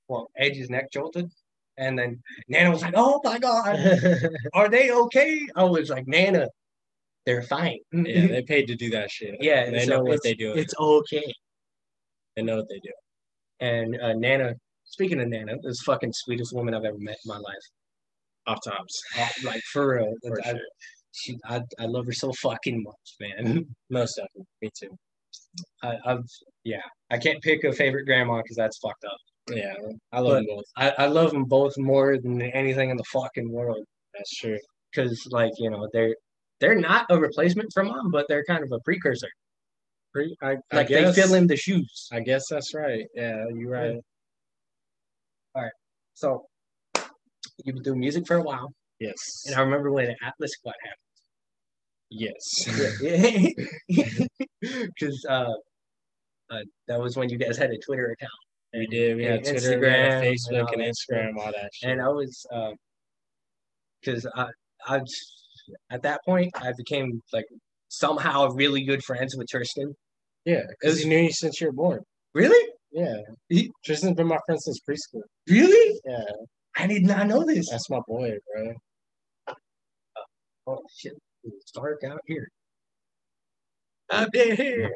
Speaker 1: Well, Edge's neck jolted, and then Nana was like, oh my
Speaker 2: [laughs]
Speaker 1: god, are they okay? I was like, Nana, they're fine.
Speaker 2: yeah. They paid to do that shit.
Speaker 1: [laughs] Yeah,
Speaker 2: They
Speaker 1: so
Speaker 2: know what
Speaker 1: it's-
Speaker 2: they do.
Speaker 1: it's okay.
Speaker 2: They know what they do.
Speaker 1: And uh, Nana, speaking of Nana, this fucking sweetest woman I've ever met in my life.
Speaker 2: Off tops.
Speaker 1: Uh, like for real.
Speaker 2: For
Speaker 1: I,
Speaker 2: sure.
Speaker 1: she, I, I love her so fucking much, man. [laughs]
Speaker 2: Most definitely. Me too.
Speaker 1: I, I've yeah. I can't pick a favorite grandma because that's fucked up.
Speaker 2: Yeah. I love
Speaker 1: But-
Speaker 2: them both.
Speaker 1: I, I love them both more than anything in the fucking world
Speaker 2: That's true.
Speaker 1: because like you know they're they're not a replacement for mom, but they're kind of a precursor.
Speaker 2: Pretty, I, I
Speaker 1: Like
Speaker 2: guess,
Speaker 1: they fill in the shoes.
Speaker 2: I guess that's right. Yeah, you're
Speaker 1: Yeah.
Speaker 2: right.
Speaker 1: So you've been doing music for a while,
Speaker 2: Yes.
Speaker 1: and I remember when Atlas Squad happened.
Speaker 2: yes.
Speaker 1: [laughs] because uh, uh, that was when you guys had a Twitter account,
Speaker 2: [laughs] we did. We
Speaker 1: and
Speaker 2: had Twitter, we had
Speaker 1: Instagram, and
Speaker 2: Facebook,
Speaker 1: all
Speaker 2: and
Speaker 1: that stuff.
Speaker 2: Instagram, all that shit.
Speaker 1: and I was because I I was- at that point I became like somehow really good friends with Tristan.
Speaker 2: yeah, because he knew you since you were born.
Speaker 1: Really,
Speaker 2: Yeah.
Speaker 1: He-
Speaker 2: Tristan's been my friend since preschool.
Speaker 1: really,
Speaker 2: Yeah,
Speaker 1: I did not know this.
Speaker 2: that's my boy, bro.
Speaker 1: Oh shit, it's dark out here. Up in here.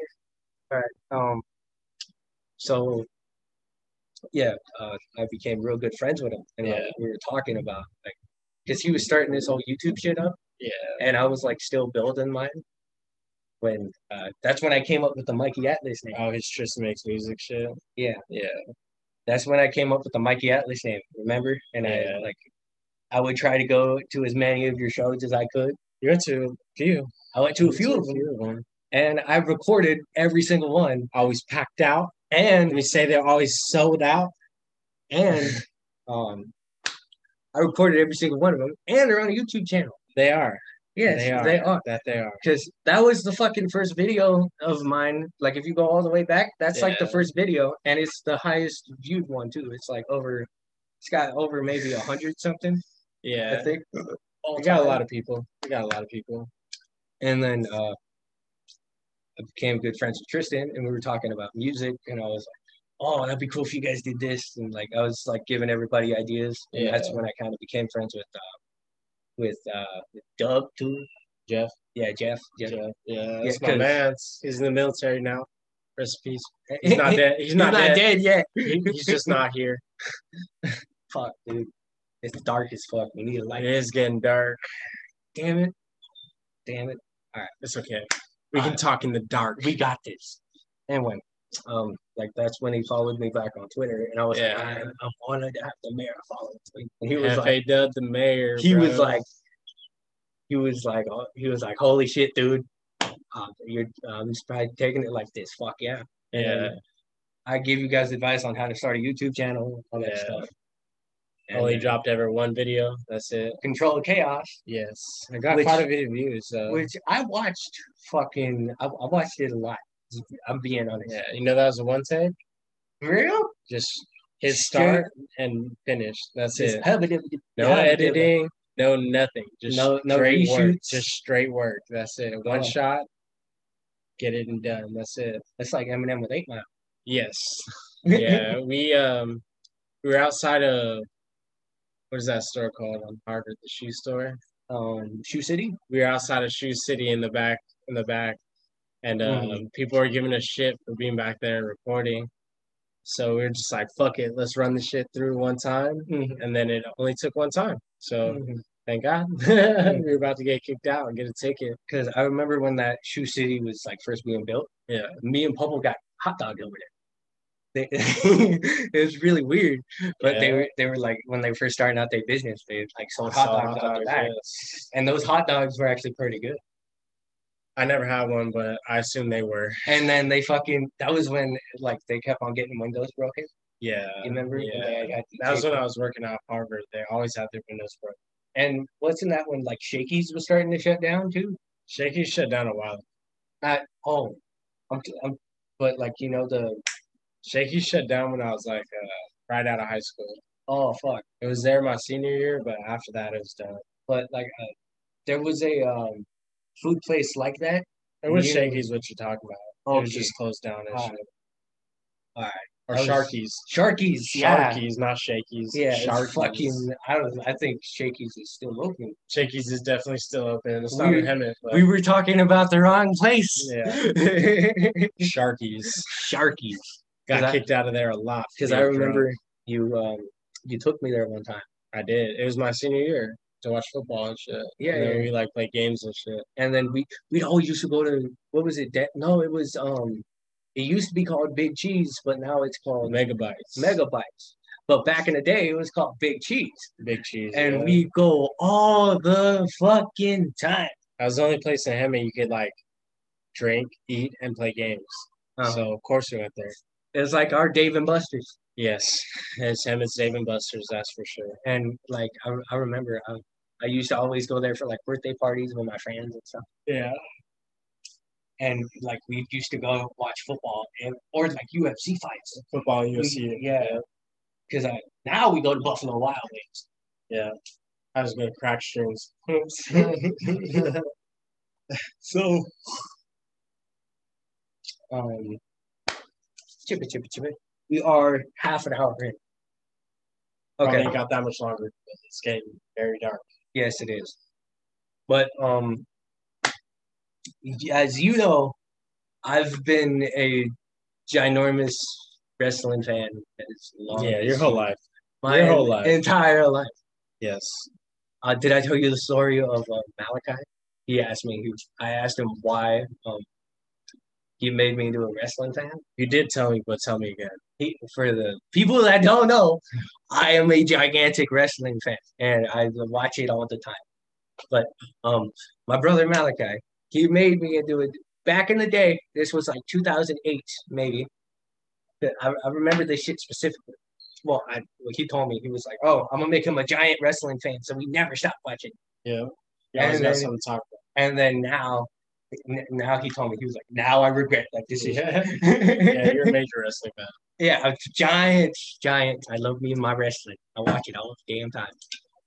Speaker 1: All right. Um. So. Yeah, uh, I became real good friends with him, and like,
Speaker 2: Yeah.
Speaker 1: we were talking about like, because he was starting this whole YouTube shit up,
Speaker 2: Yeah.
Speaker 1: and I was like still building mine. When uh, that's when I came up with the Mikey Atlas name.
Speaker 2: Oh, his Tristan makes music shit.
Speaker 1: Yeah,
Speaker 2: Yeah.
Speaker 1: that's when I came up with the Mikey Atlas name. Remember? And
Speaker 2: Yeah.
Speaker 1: I like, I would try to go to as many of your shows as I could.
Speaker 2: You went to a few.
Speaker 1: I went to a
Speaker 2: You
Speaker 1: few
Speaker 2: went
Speaker 1: of them.
Speaker 2: few of them.
Speaker 1: and I recorded every single one.
Speaker 2: Always packed out.
Speaker 1: And
Speaker 2: We say they're always sold out.
Speaker 1: and
Speaker 2: [laughs]
Speaker 1: um, I recorded every single one of them, and they're on a YouTube channel.
Speaker 2: They are.
Speaker 1: Yes,
Speaker 2: they are.
Speaker 1: they are.
Speaker 2: That they are.
Speaker 1: Because that was the fucking first video of mine. Like, if you go all the way back, that's like the
Speaker 2: Yeah.
Speaker 1: first video, and it's the highest viewed one too. It's like over, it's got over maybe a hundred something, I
Speaker 2: Yeah.
Speaker 1: think.
Speaker 2: We got a lot of people. We got a lot of people.
Speaker 1: And then uh, I became good friends with Tristan, and we were talking about music, and I was like, "Oh, that'd be cool if you guys did this." And like, I was like giving everybody ideas, and that's when I kind of became friends with uh, with uh, with Doug too,
Speaker 2: Jeff.
Speaker 1: yeah, Jeff. Jeff.
Speaker 2: Yeah, yeah, that's my
Speaker 1: 'cause-
Speaker 2: man's. He's in the military now. Rest in peace.
Speaker 1: [laughs]
Speaker 2: He's not dead. He's
Speaker 1: He's
Speaker 2: not, dead.
Speaker 1: yet.
Speaker 2: He- he's just not
Speaker 1: [laughs]
Speaker 2: here.
Speaker 1: Fuck, dude. It's dark as fuck. We need a
Speaker 2: It
Speaker 1: light.
Speaker 2: is getting dark.
Speaker 1: Damn it. Damn it.
Speaker 2: It's okay. We
Speaker 1: All
Speaker 2: can
Speaker 1: right.
Speaker 2: talk in the dark.
Speaker 1: We got this. Anyway, um, like that's when he followed me back on Twitter, and I was
Speaker 2: Yeah.
Speaker 1: like, I, I wanted to have the mayor follow me. And he
Speaker 2: He
Speaker 1: was
Speaker 2: was
Speaker 1: like,
Speaker 2: F.A. Dub, the mayor.
Speaker 1: he was
Speaker 2: bro.
Speaker 1: like, he was like, oh, he was like, holy shit, dude, uh, you're um, he's probably taking it like this. Fuck yeah.
Speaker 2: yeah.
Speaker 1: And I give you guys advice on how to start a YouTube channel, all that
Speaker 2: Yeah.
Speaker 1: stuff. And
Speaker 2: Only
Speaker 1: then
Speaker 2: dropped ever one video. That's it.
Speaker 1: Control Chaos,
Speaker 2: Yes, I got
Speaker 1: Which-
Speaker 2: quite a bit of views. So
Speaker 1: which I watched fucking, I, I watched it a lot. I'm being honest.
Speaker 2: yeah, you know that was the one take.
Speaker 1: Real?
Speaker 2: Just his
Speaker 1: Straight-
Speaker 2: start and finish. That's
Speaker 1: Just
Speaker 2: it.
Speaker 1: hubba dubba dubba
Speaker 2: No
Speaker 1: hubba dubba.
Speaker 2: editing. No nothing. Just
Speaker 1: No- no
Speaker 2: straight work.
Speaker 1: reshoots.
Speaker 2: Just straight work. That's it. One
Speaker 1: Oh.
Speaker 2: shot. Get it and done. That's it.
Speaker 1: That's like Eminem with 8 Mile. [laughs]
Speaker 2: Yes. yeah, we um we were outside of what is that store called on Harvard, the shoe store.
Speaker 1: um, Shoe City?
Speaker 2: We were outside of Shoe City in the back in the back, and um,
Speaker 1: Mhm.
Speaker 2: people were giving us shit for being back there and recording. So we were just like, "Fuck it, let's run the shit through one time,"
Speaker 1: Mhm.
Speaker 2: and then it only took one time. So
Speaker 1: Mhm.
Speaker 2: Thank God. [laughs] we were about to get kicked out and get a ticket.
Speaker 1: Because I remember when that Shoe City was like first being built.
Speaker 2: Yeah.
Speaker 1: Me and Pubble got hot dog over there. They, [laughs] it was really weird, but they
Speaker 2: Yeah.
Speaker 1: were they were like when they first starting out their business, they like sold hot
Speaker 2: Saw
Speaker 1: dogs out the back,
Speaker 2: yeah.
Speaker 1: and those hot dogs were actually pretty good.
Speaker 2: I never had one, but I assume they were.
Speaker 1: And then they fucking that was when like they kept on getting windows broken.
Speaker 2: Yeah.
Speaker 1: You remember? And
Speaker 2: Yeah.
Speaker 1: they had to
Speaker 2: That was
Speaker 1: take-
Speaker 2: when I was working out Harvard. They always had their windows broken.
Speaker 1: and wasn't that when like Shakey's was starting to shut down too?
Speaker 2: Shaky shut down a while. ago.
Speaker 1: Not oh, I'm, I'm but like you know the
Speaker 2: Shaky shut down when I was like uh, right out of high school.
Speaker 1: oh fuck.
Speaker 2: It was there my senior year, but after that it was done.
Speaker 1: but like uh, there was a um, food place like that.
Speaker 2: It was
Speaker 1: Yeah.
Speaker 2: Shakey's what you're talking about. It
Speaker 1: Oh,
Speaker 2: was just closed down and
Speaker 1: Oh.
Speaker 2: shit.
Speaker 1: Alright.
Speaker 2: Or
Speaker 1: That was-
Speaker 2: Sharkies.
Speaker 1: Sharky's, yeah,
Speaker 2: Sharkies, not Shakey's.
Speaker 1: yeah,
Speaker 2: Sharkies.
Speaker 1: it's fucking. I don't. I think Shakey's is still open.
Speaker 2: Shakey's is definitely still open. It's not
Speaker 1: We-
Speaker 2: in Hemet, but
Speaker 1: We were talking about the wrong place. [laughs]
Speaker 2: yeah. Sharkies
Speaker 1: Sharky's,
Speaker 2: got
Speaker 1: [laughs] 'Cause I-
Speaker 2: kicked out of there a lot for
Speaker 1: because I
Speaker 2: being drunk.
Speaker 1: remember you um you took me there one time.
Speaker 2: I did. It was my senior year to watch football and shit.
Speaker 1: Yeah,
Speaker 2: and then
Speaker 1: yeah.
Speaker 2: we like play games and shit.
Speaker 1: and then we we'd always used to go to what was it? De- no, it was um, it used to be called Big Cheese, but now it's called
Speaker 2: Megabytes,
Speaker 1: Megabytes. But back in the day, it was called Big Cheese.
Speaker 2: big cheese,
Speaker 1: and
Speaker 2: yeah.
Speaker 1: we go all the fucking time.
Speaker 2: That was the only place in Hemet you could like drink, eat, and play games.
Speaker 1: So
Speaker 2: So of course we went there.
Speaker 1: it's like our Dave and Buster's.
Speaker 2: Yes, [laughs] it's Hemet's Dave and Buster's. That's for sure.
Speaker 1: And like I, I remember, I, I used to always go there for like birthday parties with my friends and stuff.
Speaker 2: Yeah,
Speaker 1: And like we used to go watch football and, or like UFC fights.
Speaker 2: football,
Speaker 1: We-
Speaker 2: UFC.
Speaker 1: yeah. Because I now we go to Buffalo Wild Wings.
Speaker 2: I was gonna crack strings. [laughs]
Speaker 1: so, um, chip it, chip it, chip it. We are half an hour in.
Speaker 2: Probably
Speaker 1: Okay.
Speaker 2: ain't got that much longer. It's getting very dark.
Speaker 1: Yes, it is. But um, as you know, I've been a ginormous wrestling fan as long
Speaker 2: yeah,
Speaker 1: as
Speaker 2: your whole life.
Speaker 1: my
Speaker 2: your whole life.
Speaker 1: entire life.
Speaker 2: Yes.
Speaker 1: Uh, did I tell you the story of uh, Malachi? He asked me. He was, I asked him why um, he made me into a wrestling fan.
Speaker 2: You did tell me, but tell me again.
Speaker 1: He, for the people that don't know, I am a gigantic wrestling fan, and I watch it all the time. But um, my brother Malachi, he made me into it back in the day. This was like 2008, maybe. But I, I remember this shit specifically. Well, I, well, he told me he was like, "Oh, I'm gonna make him a giant wrestling fan," so we never stopped watching.
Speaker 2: Yeah. You always
Speaker 1: And
Speaker 2: got
Speaker 1: then-
Speaker 2: something to talk
Speaker 1: And then now, n- now he told me he was like, "Now I regret like this
Speaker 2: about.
Speaker 1: is
Speaker 2: Yeah.
Speaker 1: [laughs]
Speaker 2: yeah, you're a major wrestling fan.
Speaker 1: Yeah, I'm giant, giant. I love me and my wrestling. I watch it all the damn time.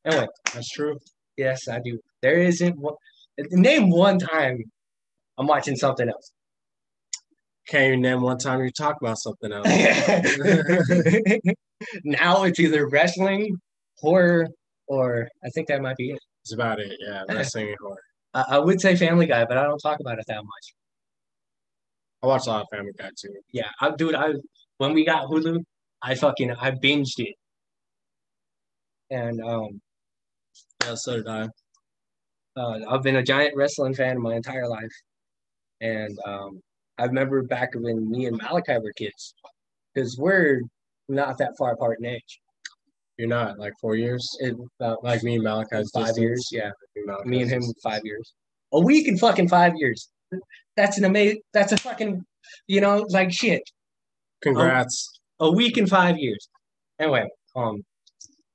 Speaker 1: Anyway,
Speaker 2: That's true.
Speaker 1: yes, I do. There isn't one. Name one time I'm watching something
Speaker 2: [laughs]
Speaker 1: else. [laughs]
Speaker 2: Can't even name one time you talk about something else.
Speaker 1: now it's either wrestling, horror, or I think that might be it.
Speaker 2: That's about it. [laughs] Yeah, wrestling and horror.
Speaker 1: I, I would say Family Guy, but I don't talk about it that much.
Speaker 2: I watch a lot of Family Guy too.
Speaker 1: Yeah, I, dude, I when we got Hulu, I fucking I binged it, and um,
Speaker 2: Yeah, so did I.
Speaker 1: uh, I've been a giant wrestling fan my entire life, and um, I remember back when me and Malachi were kids, because we're not that far apart in age.
Speaker 2: You're not like four years.
Speaker 1: It, uh,
Speaker 2: Like me, and Malachi's
Speaker 1: five
Speaker 2: distance.
Speaker 1: years, yeah.
Speaker 2: Malachi's
Speaker 1: Me and him,
Speaker 2: distance.
Speaker 1: five years. A week and fucking five years. That's an amazing. That's a fucking, you know, like shit.
Speaker 2: Congrats.
Speaker 1: a week and five years. Anyway, um,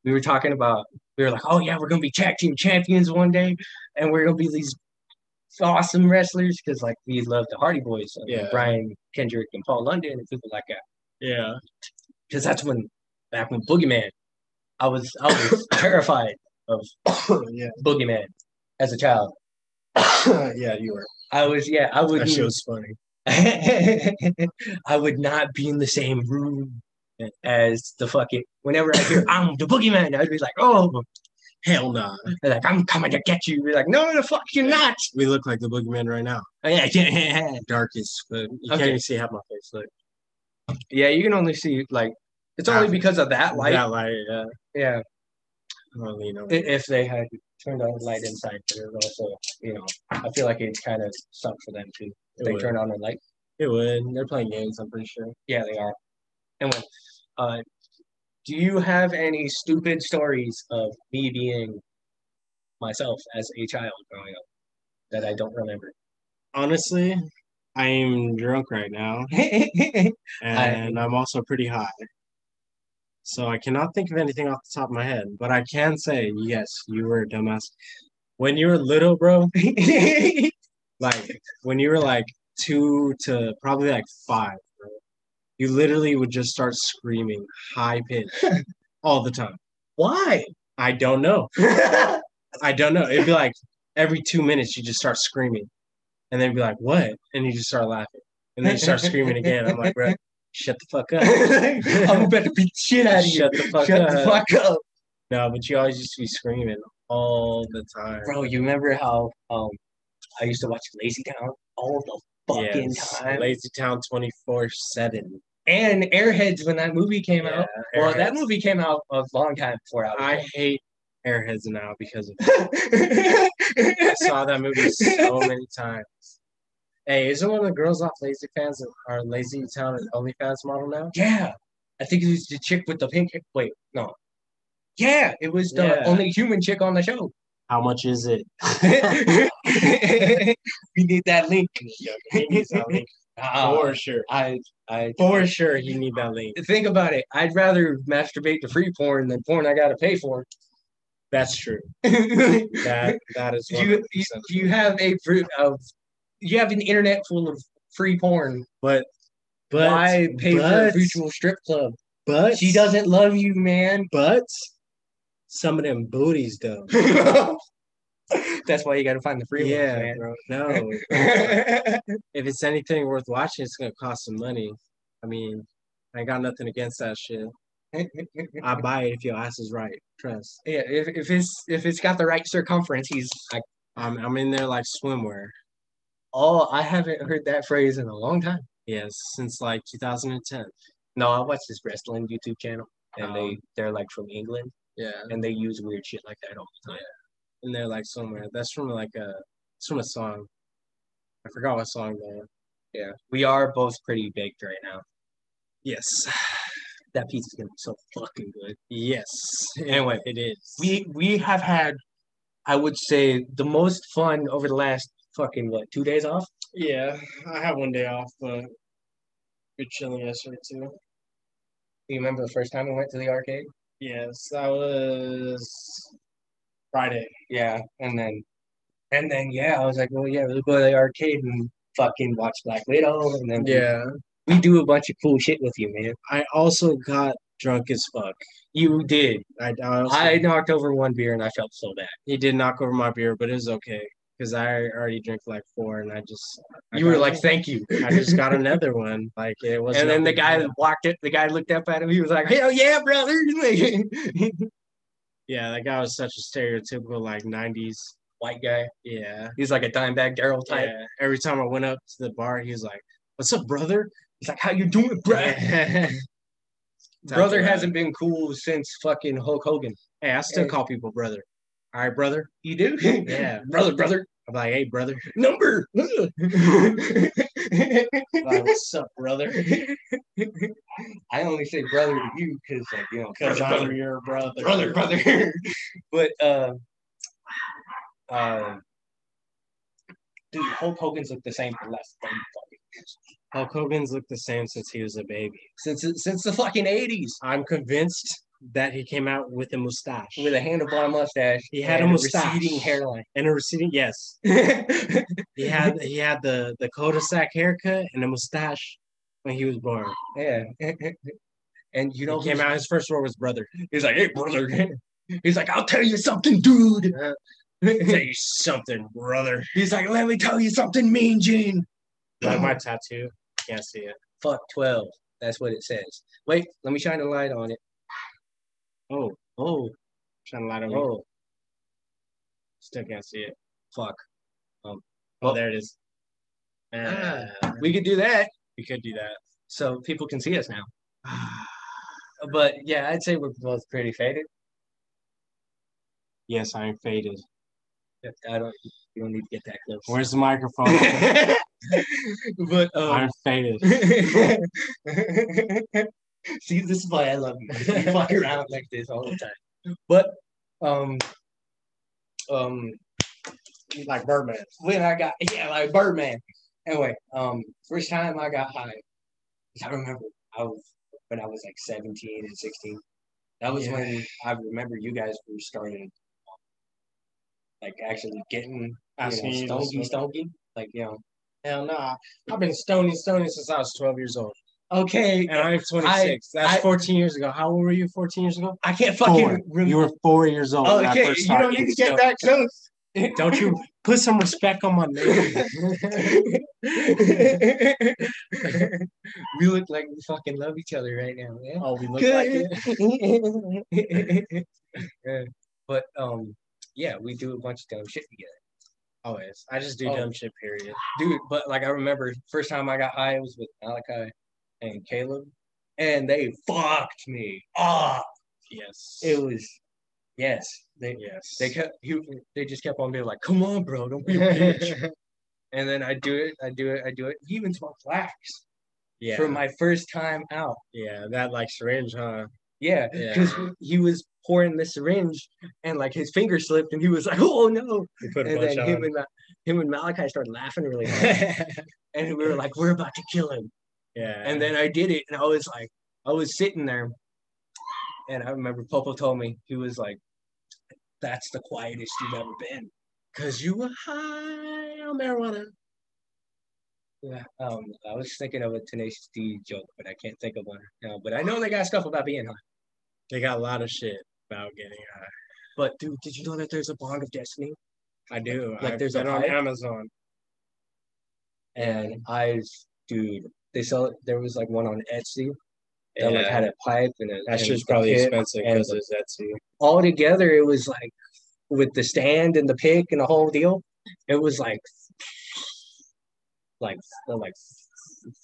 Speaker 1: we were talking about we were like, oh yeah, we're gonna be tag team champions one day, and we're gonna be these awesome wrestlers because like we love the Hardy Boys, and
Speaker 2: Yeah.
Speaker 1: Brian Kendrick and Paul London and people like that.
Speaker 2: Oh. [laughs] Yeah.
Speaker 1: Because that's when back when Boogeyman, I was I
Speaker 2: [laughs]
Speaker 1: was terrified of
Speaker 2: yeah.
Speaker 1: Boogeyman as a child.
Speaker 2: yeah, [coughs] you were.
Speaker 1: I was yeah, I
Speaker 2: That
Speaker 1: wouldn't.
Speaker 2: shit was funny.
Speaker 1: [laughs] I would not be in the same room as the fucking. Whenever I hear I'm the boogeyman, I'd be like, oh,
Speaker 2: Hell nah.
Speaker 1: They're like I'm coming to get you. You're like, no, the fuck, you're not.
Speaker 2: We look like the boogeyman right now.
Speaker 1: Oh, yeah, yeah, yeah, yeah.
Speaker 2: Darkest, but you
Speaker 1: Okay.
Speaker 2: can't even see how my face looks.
Speaker 1: yeah. You can only see like it's
Speaker 2: Ah,
Speaker 1: only because of that light.
Speaker 2: That light, yeah.
Speaker 1: Yeah,
Speaker 2: I don't really know.
Speaker 1: i- if they had turn the light inside, but it also, you know, I feel like it kind of sucks for them too. If
Speaker 2: It
Speaker 1: they
Speaker 2: would.
Speaker 1: turn on the light,
Speaker 2: It would. They're playing games, I'm pretty sure.
Speaker 1: yeah, they are. Anyway, uh, do you have any stupid stories of me being myself as a child growing up that I don't [laughs] remember?
Speaker 2: Honestly, I am drunk right now, and I'm also pretty high. So I cannot think of anything off the top of my head, but I can say, yes, you were a dumbass. When you were little, bro, like when you were like two to probably like five, bro, you literally would just start screaming high pitched all the time.
Speaker 1: Why?
Speaker 2: I don't know. I don't know. It'd be like every two minutes you just start screaming, and then be like, "What?" and you just start laughing, and then you start screaming again. I'm like, "Bro, shut the
Speaker 1: [laughs]
Speaker 2: fuck up."
Speaker 1: I'm about to beat the shit out of you.
Speaker 2: Shut the fuck
Speaker 1: Shut
Speaker 2: up.
Speaker 1: the fuck up.
Speaker 2: No, but you always used to be screaming all the time.
Speaker 1: Bro, you remember how um I used to watch Lazy Town all the fucking
Speaker 2: Yes.
Speaker 1: time?
Speaker 2: Lazy Town 24 7.
Speaker 1: and Airheads when that movie came out. Well, that movie came out a long time before I
Speaker 2: I hate Airheads now because of
Speaker 1: was.
Speaker 2: I saw that movie so many times. Hey, isn't one of the girls off Lazy Fans that are Lazy Town and OnlyFans model now?
Speaker 1: [laughs] yeah, I think it was the chick with the pink hair. Wait, no. Yeah, it was the
Speaker 2: Yeah.
Speaker 1: only human chick on the
Speaker 2: [laughs]
Speaker 1: show.
Speaker 2: How much is it?
Speaker 1: we need that link.
Speaker 2: he needs that [laughs] link
Speaker 1: Uh,
Speaker 2: for sure.
Speaker 1: I, I
Speaker 2: For sure, he need that link.
Speaker 1: think about it. I'd rather masturbate to free porn than porn I gotta pay for.
Speaker 2: That's true.
Speaker 1: [laughs]
Speaker 2: That that is.
Speaker 1: you, you,
Speaker 2: 100%
Speaker 1: you have a fruit of you have an internet full of free porn.
Speaker 2: But but
Speaker 1: Why pay for a
Speaker 2: but-
Speaker 1: virtual strip club?
Speaker 2: But
Speaker 1: She doesn't love you, man. [laughs]
Speaker 2: But some of them booties though.
Speaker 1: That's why you gotta find the free
Speaker 2: Yeah,
Speaker 1: ones, [laughs]
Speaker 2: bro. No. if
Speaker 1: man. [laughs]
Speaker 2: it's anything worth watching, it's gonna cost some money. I mean, I got nothing against that shit. I buy it if your ass is right. Trust.
Speaker 1: yeah, if, if it's if it's got the right circumference, he's like,
Speaker 2: I'm I'm in there like swimwear.
Speaker 1: oh, I haven't heard that phrase in a long time.
Speaker 2: Yes, since like 2010.
Speaker 1: No, I watch this wrestling YouTube channel, and
Speaker 2: Um,
Speaker 1: they they're like from England,
Speaker 2: Yeah.
Speaker 1: and they use weird shit like that all the time.
Speaker 2: And they're like swimwear. That's from like a it's from a song. I forgot what song though.
Speaker 1: Yeah, we are both pretty baked right now.
Speaker 2: Yes.
Speaker 1: That pizza's gonna be so fucking good.
Speaker 2: Yes. Anyway, it is.
Speaker 1: We we have had, I would say, the most fun over the last fucking what two days off.
Speaker 2: yeah, I have one day off, but you're chilling yesterday too.
Speaker 1: You remember the first time we went to the arcade?
Speaker 2: Yes, that was Friday.
Speaker 1: Yeah, and then, and then yeah, I was like, well, yeah, we'll go to the arcade and fucking watch Black Widow, and then
Speaker 2: Yeah.
Speaker 1: we, we do a bunch of cool shit with you, man.
Speaker 2: I also got drunk as fuck.
Speaker 1: You did.
Speaker 2: I, I, also,
Speaker 1: I knocked over one beer and I felt so bad.
Speaker 2: he did knock over my beer, but it was okay because I already drank like four, and I just I
Speaker 1: You were
Speaker 2: got-
Speaker 1: like, thank [laughs] you.
Speaker 2: [laughs] I just got another one. Like it was.
Speaker 1: And then the guy that walked it, the guy looked up at him. He was like, "Hell yeah, brother!" [laughs]
Speaker 2: yeah, that guy was such a stereotypical like '90s.
Speaker 1: White guy.
Speaker 2: Yeah.
Speaker 1: He's like a Dimebag Daryl type.
Speaker 2: yeah. Every time I went up to the bar, he was like, "What's up, brother?"
Speaker 1: He's like, "How you doing,
Speaker 2: [laughs]
Speaker 1: bro?"
Speaker 2: hey,
Speaker 1: Brother
Speaker 2: Type of
Speaker 1: hasn't been cool since fucking Hulk Hogan.
Speaker 2: I still
Speaker 1: Hey.
Speaker 2: call people brother. All right, brother.
Speaker 1: You do? [laughs]
Speaker 2: Yeah.
Speaker 1: brother, brother,
Speaker 2: I'm like, hey, brother.
Speaker 1: [laughs]
Speaker 2: [laughs]
Speaker 1: number.
Speaker 2: Like, What's up, brother?
Speaker 1: I only say brother to you because, like,
Speaker 2: [laughs]
Speaker 1: you know,
Speaker 2: Because
Speaker 1: brother,
Speaker 2: I'm your brother.
Speaker 1: brother, brother. [laughs] but uh, uh, dude, Hulk Hogan's looked the same for the last thirty fucking years
Speaker 2: Hulk Hogan's looked the same since he was a baby.
Speaker 1: since since the fucking eighties
Speaker 2: I'm convinced that he came out with a mustache.
Speaker 1: with a handlebar mustache.
Speaker 2: He had
Speaker 1: and
Speaker 2: a mustache.
Speaker 1: receding hairline. [laughs]
Speaker 2: and a receding, yes.
Speaker 1: and
Speaker 2: He had he had the, the cul-de-sac haircut and a mustache when he was born.
Speaker 1: yeah, [laughs] and you know,
Speaker 2: he came
Speaker 1: who's-
Speaker 2: out his first word was brother.
Speaker 1: He's like, "Hey, brother." [laughs] He's like, "I'll tell you something, dude."
Speaker 2: Tell you something, brother.
Speaker 1: [laughs] He's like, "Let me tell you something, Mean Gene."
Speaker 2: Like my tattoo. Can't see it.
Speaker 1: Fuck twelve. That's what it says. Wait, let me shine a light on it.
Speaker 2: Oh,
Speaker 1: Oh,
Speaker 2: trying to light on me.
Speaker 1: oh,
Speaker 2: Still can't see it.
Speaker 1: fuck.
Speaker 2: Oh,
Speaker 1: Well-
Speaker 2: there it is. Uh,
Speaker 1: We could do that.
Speaker 2: we could do that.
Speaker 1: so people can see us now. [sighs] But yeah, I'd say we're both pretty faded.
Speaker 2: yes, I am faded.
Speaker 1: I don't. You don't need to get that close.
Speaker 2: Where's the [laughs] microphone?
Speaker 1: [laughs] but um,
Speaker 2: I'm
Speaker 1: [laughs]
Speaker 2: faded.
Speaker 1: see, this is why I love you. You fuck around like this all the time. But um, um,
Speaker 2: Like Birdman.
Speaker 1: when I got yeah, like Birdman. Anyway, um, first time I got high, I remember I was when I was like seventeen and sixteen. That was
Speaker 2: Yeah.
Speaker 1: when I remember you guys were started, like actually getting
Speaker 2: Asking
Speaker 1: you
Speaker 2: you
Speaker 1: know,
Speaker 2: to
Speaker 1: stonky,
Speaker 2: smoke.
Speaker 1: stonky. Like you know,
Speaker 2: Hell no. I- I've been stoning, stoning since I was 12 years old.
Speaker 1: okay,
Speaker 2: And I'm 26. That's
Speaker 1: I-
Speaker 2: 14 years ago. How old were you 14 years ago?
Speaker 1: I can't fucking
Speaker 2: Four.
Speaker 1: remember.
Speaker 2: You were four years old. when I
Speaker 1: Oh, okay,
Speaker 2: first
Speaker 1: you
Speaker 2: started
Speaker 1: don't need to
Speaker 2: getting
Speaker 1: get that close.
Speaker 2: stoned. Don't you put some respect on
Speaker 1: [laughs]
Speaker 2: my name.
Speaker 1: [laughs] we look like we fucking love each other right now, man.
Speaker 2: oh, we look like
Speaker 1: Good.
Speaker 2: it.
Speaker 1: [laughs] Yeah, but um, yeah, we do a bunch of dumb shit together,
Speaker 2: Always. I just do
Speaker 1: Oh.
Speaker 2: dumb shit, period.
Speaker 1: dude. But like I remember, first time I got high was with Malachi and Caleb, and they fucked me up.
Speaker 2: Yes.
Speaker 1: It was, yes, they
Speaker 2: yes.
Speaker 1: they kept he, they just kept on being like, "Come on, bro, don't be a
Speaker 2: [laughs]
Speaker 1: bitch." and then I do it, I do it, I do it. He even smoked wax
Speaker 2: yeah.
Speaker 1: for my first time out.
Speaker 2: yeah, that like syringe, huh?
Speaker 1: Yeah,
Speaker 2: Yeah.
Speaker 1: because he was pouring the syringe and like his finger slipped and he was like, oh no.
Speaker 2: You put a
Speaker 1: And
Speaker 2: bunch
Speaker 1: then him
Speaker 2: [laughs] on.
Speaker 1: and, Ma- him and Malachi started laughing
Speaker 2: [laughs]
Speaker 1: really hard. and we were like, we're about to kill him.
Speaker 2: yeah.
Speaker 1: And then I did it and I was like, I was sitting there and I remember Popo told me, he was like, that's the quietest you've ever been because you were high on marijuana. Yeah, um, I was thinking of a Tenacious D joke, but I can't think of one now. But I know they got stuff about being high.
Speaker 2: they got a lot of shit about getting high.
Speaker 1: But dude, did you know that there's a bond of destiny?
Speaker 2: I do.
Speaker 1: Like
Speaker 2: I've
Speaker 1: there's a
Speaker 2: been on
Speaker 1: pipe?
Speaker 2: Amazon.
Speaker 1: And I, dude, they sell. There was like one on Etsy that like
Speaker 2: Yeah.
Speaker 1: had a pipe and a,
Speaker 2: That
Speaker 1: and
Speaker 2: shit's
Speaker 1: a
Speaker 2: probably
Speaker 1: pit.
Speaker 2: expensive
Speaker 1: and
Speaker 2: because
Speaker 1: the-
Speaker 2: it's Etsy.
Speaker 1: All together, it was like with the stand and the pick and the whole deal. It was like like uh, like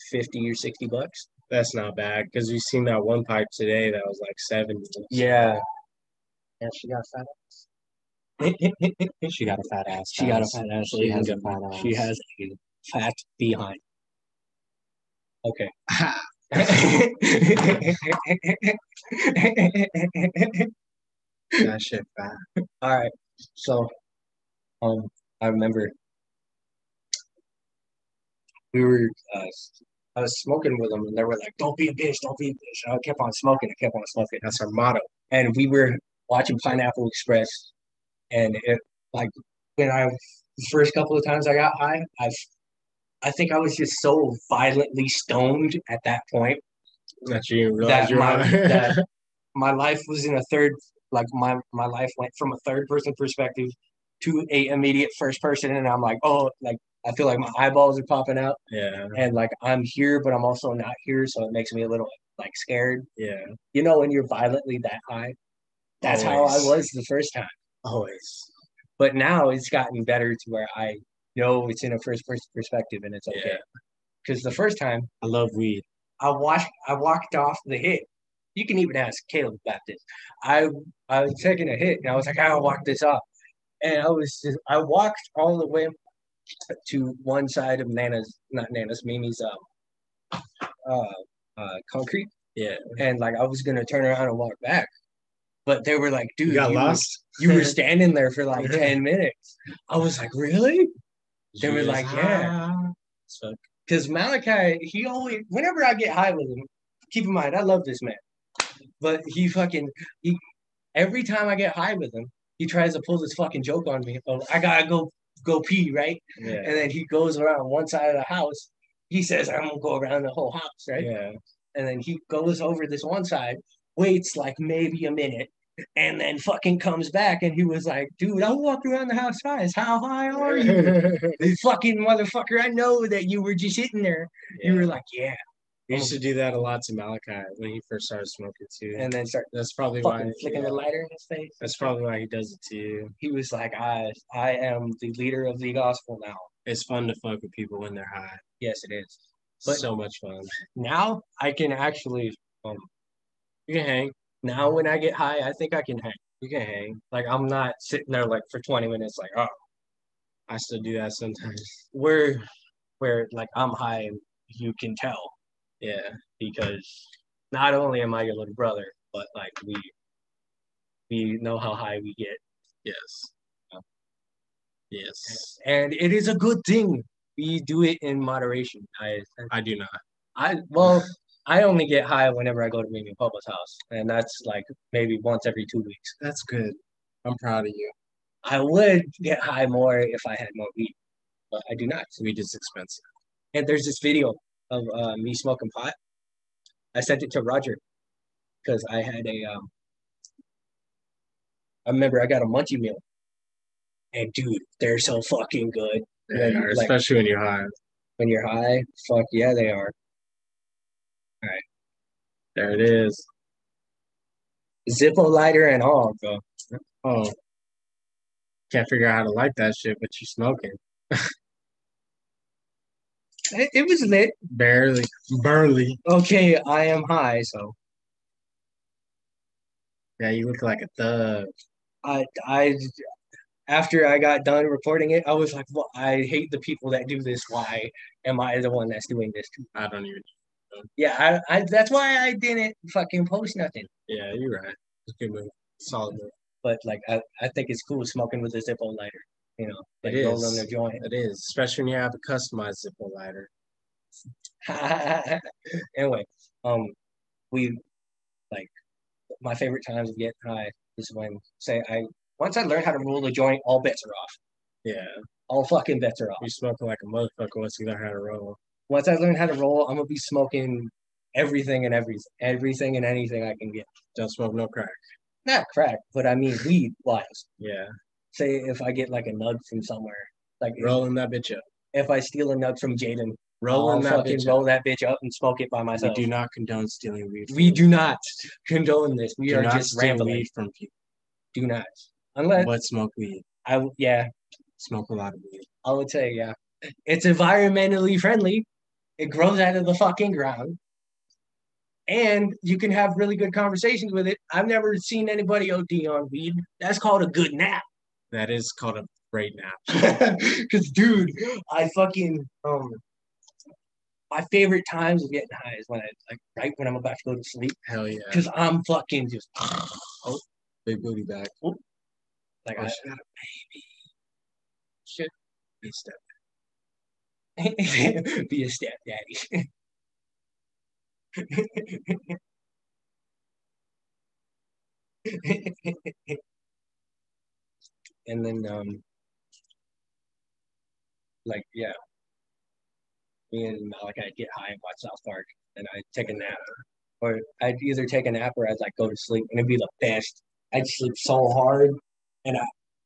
Speaker 1: fifty or sixty bucks.
Speaker 2: That's not bad because we seen that one pipe today that was like seventy.
Speaker 1: Yeah. And she got fat ass.
Speaker 2: she got a fat ass.
Speaker 1: [laughs] she got a fat ass.
Speaker 2: She
Speaker 1: ladies and
Speaker 2: has a
Speaker 1: gentlemen.
Speaker 2: fat ass.
Speaker 1: She has a fat behind. Okay. [laughs]
Speaker 2: That shit fat.
Speaker 1: All right. So, um, I remember we were, uh, I was smoking with them, and they were like, "Don't be a bitch, don't be a bitch." And I kept on smoking, I kept on smoking,
Speaker 2: That's our motto.
Speaker 1: and we were watching Pineapple Express, and it like when I the first couple of times I got high, I I think I was just so violently stoned at that point
Speaker 2: That you didn't realize
Speaker 1: that
Speaker 2: you're
Speaker 1: my,
Speaker 2: on.
Speaker 1: that my life was in a third like my my life went from a third person perspective to a immediate first person and i'm like oh like i feel like my eyeballs are popping out
Speaker 2: [laughs] yeah,
Speaker 1: and like i'm here but i'm also not here so it makes me a little like scared
Speaker 2: yeah.
Speaker 1: you know when you're violently that high that's
Speaker 2: Always.
Speaker 1: how i was the first time
Speaker 2: Always.
Speaker 1: but now it's gotten better to where i know it's in a first person perspective and it's okay
Speaker 2: Yeah.
Speaker 1: because the first time
Speaker 2: I love weed.
Speaker 1: I walked I walked off the hit. You can even ask Caleb about this. I I was taking a hit and I was like, I gotta walk this off. And I was just I walked all the way to one side of Nana's not Nana's Mimi's um uh uh concrete.
Speaker 2: Yeah.
Speaker 1: And like I was gonna turn around and walk back. But they were like, dude,
Speaker 2: You got
Speaker 1: you were-
Speaker 2: lost.
Speaker 1: you were standing there for
Speaker 2: [laughs]
Speaker 1: like ten minutes. I was like, really? They were
Speaker 2: Yes.
Speaker 1: like, yeah.
Speaker 2: "Ah." So,
Speaker 1: Because Malachi, he always, whenever I get high with him, keep in mind, I love this man. But he fucking, he, every time I get high with him, he tries to pull this fucking joke on me. Oh, I gotta go go pee, right?
Speaker 2: yeah.
Speaker 1: And then he goes around one side of the house. He says, I'm gonna go around the whole house, right?
Speaker 2: Yeah.
Speaker 1: And then he goes over this one side, waits like maybe a minute, and then fucking comes back. And he was like, dude, I walked around the house twice. How high are
Speaker 2: [laughs]
Speaker 1: you? You fucking motherfucker, I know that you were just sitting there. You were like, yeah.
Speaker 2: We used to do that a lot to Malachi when he first started smoking too.
Speaker 1: And then start
Speaker 2: that's probably why.
Speaker 1: fucking flicking the
Speaker 2: yeah.
Speaker 1: lighter in his face.
Speaker 2: That's probably why he does it to you.
Speaker 1: He was like, I I am the leader of the gospel now.
Speaker 2: It's fun to fuck with people when they're high.
Speaker 1: Yes, it is. But-
Speaker 2: so much fun.
Speaker 1: Now I can actually
Speaker 2: You can hang.
Speaker 1: now when I get high, I think I can hang.
Speaker 2: You can hang.
Speaker 1: Like I'm not sitting there like for 20 minutes like, oh
Speaker 2: I still do that sometimes.
Speaker 1: Where, where like I'm high, and you can tell
Speaker 2: Yeah.
Speaker 1: because not only am I your little brother, but like we, we know how high we get,
Speaker 2: Yes. Yes.
Speaker 1: and it is a good thing. We do it in moderation. I,
Speaker 2: I do not.
Speaker 1: I well, I only get high whenever I go to Mimi Popo's house, and that's like maybe once every two weeks.
Speaker 2: That's good. I'm proud of you.
Speaker 1: I would get high more if I had more weed, but I do not.
Speaker 2: We just expensive.
Speaker 1: And there's this video of uh, me smoking pot. I sent it to Roger because I had a. Um, I remember I got a munchie meal, and dude, they're so fucking good
Speaker 2: They
Speaker 1: Yeah,
Speaker 2: are,
Speaker 1: like-
Speaker 2: especially when you're high.
Speaker 1: when you're high. Fuck yeah, they are.
Speaker 2: There it is.
Speaker 1: Zippo lighter and all, bro.
Speaker 2: Oh. Can't figure out how to light that shit, but you're smoking.
Speaker 1: It, it was lit.
Speaker 2: Barely. Barely.
Speaker 1: Okay, I am high, so
Speaker 2: Yeah, you look like a thug.
Speaker 1: I I after I got done recording it, I was like, well, I hate the people that do this. Why am I the one that's doing this? to-"
Speaker 2: I don't even.
Speaker 1: Yeah, I, I that's why I didn't fucking post nothing.
Speaker 2: Yeah, you're right. It's a good move. Solid move.
Speaker 1: But like, I, I think it's cool smoking with a Zippo lighter. You know, like
Speaker 2: It is.
Speaker 1: rolling the joint,
Speaker 2: It is, especially when you have a customized Zippo lighter.
Speaker 1: [laughs] anyway, um, we like my favorite times of getting high is when say I once I learn how to roll the joint, all bets are off.
Speaker 2: Yeah,
Speaker 1: All fucking bets are off.
Speaker 2: you smoking like a motherfucker once you learn how to roll.
Speaker 1: Once I learn how to roll, I'm gonna be smoking everything and everything, everything and anything I can get.
Speaker 2: Don't smoke no crack.
Speaker 1: Not crack, but I mean weed wise.
Speaker 2: Yeah,
Speaker 1: Say if I get like a nug from somewhere, like if,
Speaker 2: rolling that bitch up.
Speaker 1: if I steal a nug from Jaden, I'll
Speaker 2: Rolling that
Speaker 1: fucking
Speaker 2: bitch
Speaker 1: roll
Speaker 2: up.
Speaker 1: that bitch up and smoke it by
Speaker 2: We
Speaker 1: myself.
Speaker 2: do not condone stealing weed.
Speaker 1: We do not condone this. We
Speaker 2: do
Speaker 1: are
Speaker 2: not
Speaker 1: just
Speaker 2: steal
Speaker 1: rambling.
Speaker 2: weed from people.
Speaker 1: Do not. Unless
Speaker 2: But smoke weed.
Speaker 1: I, w- yeah,
Speaker 2: Smoke a lot of weed.
Speaker 1: I would say yeah. It's environmentally friendly. It grows out of the fucking ground, and you can have really good conversations with it. I've never seen anybody OD on weed. That's called a good nap. [laughs]
Speaker 2: That is called a great nap.
Speaker 1: Cause dude, I fucking um. My favorite times of getting high is when I like right when I'm about to go to sleep.
Speaker 2: Hell yeah.
Speaker 1: Cause I'm fucking just
Speaker 2: Big booty back.
Speaker 1: like
Speaker 2: Oh,
Speaker 1: I,
Speaker 2: she got a baby. Shit. Be step.
Speaker 1: [laughs] be a stepdaddy. [laughs] and then, um, like, yeah, me and Malachi I'd get high and watch South Park, and I'd take a nap, or I'd either take a nap or I'd like go to sleep, and it'd be the best. I'd sleep so hard, and I,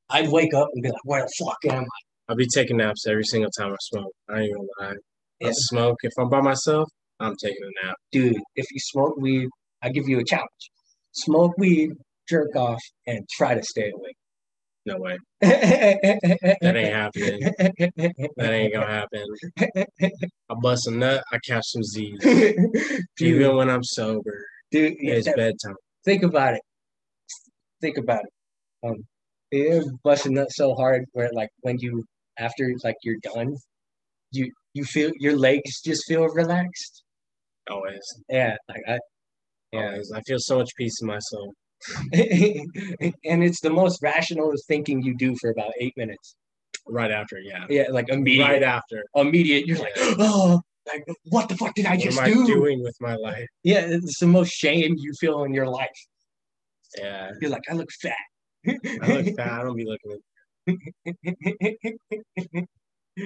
Speaker 1: I'd wake up and be like, "Where the fuck am I?"
Speaker 2: I'll be taking naps every single time I smoke. I ain't gonna lie. I
Speaker 1: Yeah.
Speaker 2: smoke. If I'm by myself, I'm taking a nap.
Speaker 1: dude, if you smoke weed, I give you a challenge. Smoke weed, jerk off, and try to stay awake.
Speaker 2: No way. That
Speaker 1: that
Speaker 2: ain't happening.
Speaker 1: [laughs]
Speaker 2: That ain't gonna happen. I bust a nut, I catch some Z's.
Speaker 1: dude,
Speaker 2: Even when I'm sober,
Speaker 1: dude yeah,
Speaker 2: it's
Speaker 1: that-
Speaker 2: bedtime.
Speaker 1: think about it. Think about it. Um, it busting up so hard where like when you after like you're done, you you feel your legs just feel relaxed.
Speaker 2: Always,
Speaker 1: Yeah, like I, [laughs] yeah.
Speaker 2: always. I feel so much peace in my soul.
Speaker 1: and it's the most rational thinking you do for about eight minutes.
Speaker 2: Right after, yeah.
Speaker 1: Yeah, like immediate,
Speaker 2: Right after.
Speaker 1: immediate. You're like, oh, like what the fuck did I
Speaker 2: What
Speaker 1: just
Speaker 2: am I
Speaker 1: do?
Speaker 2: doing with my life?
Speaker 1: Yeah, it's the most shame you feel in your life.
Speaker 2: Yeah.
Speaker 1: You're like, I look fat. [laughs]
Speaker 2: I look fat. I don't be looking.
Speaker 1: All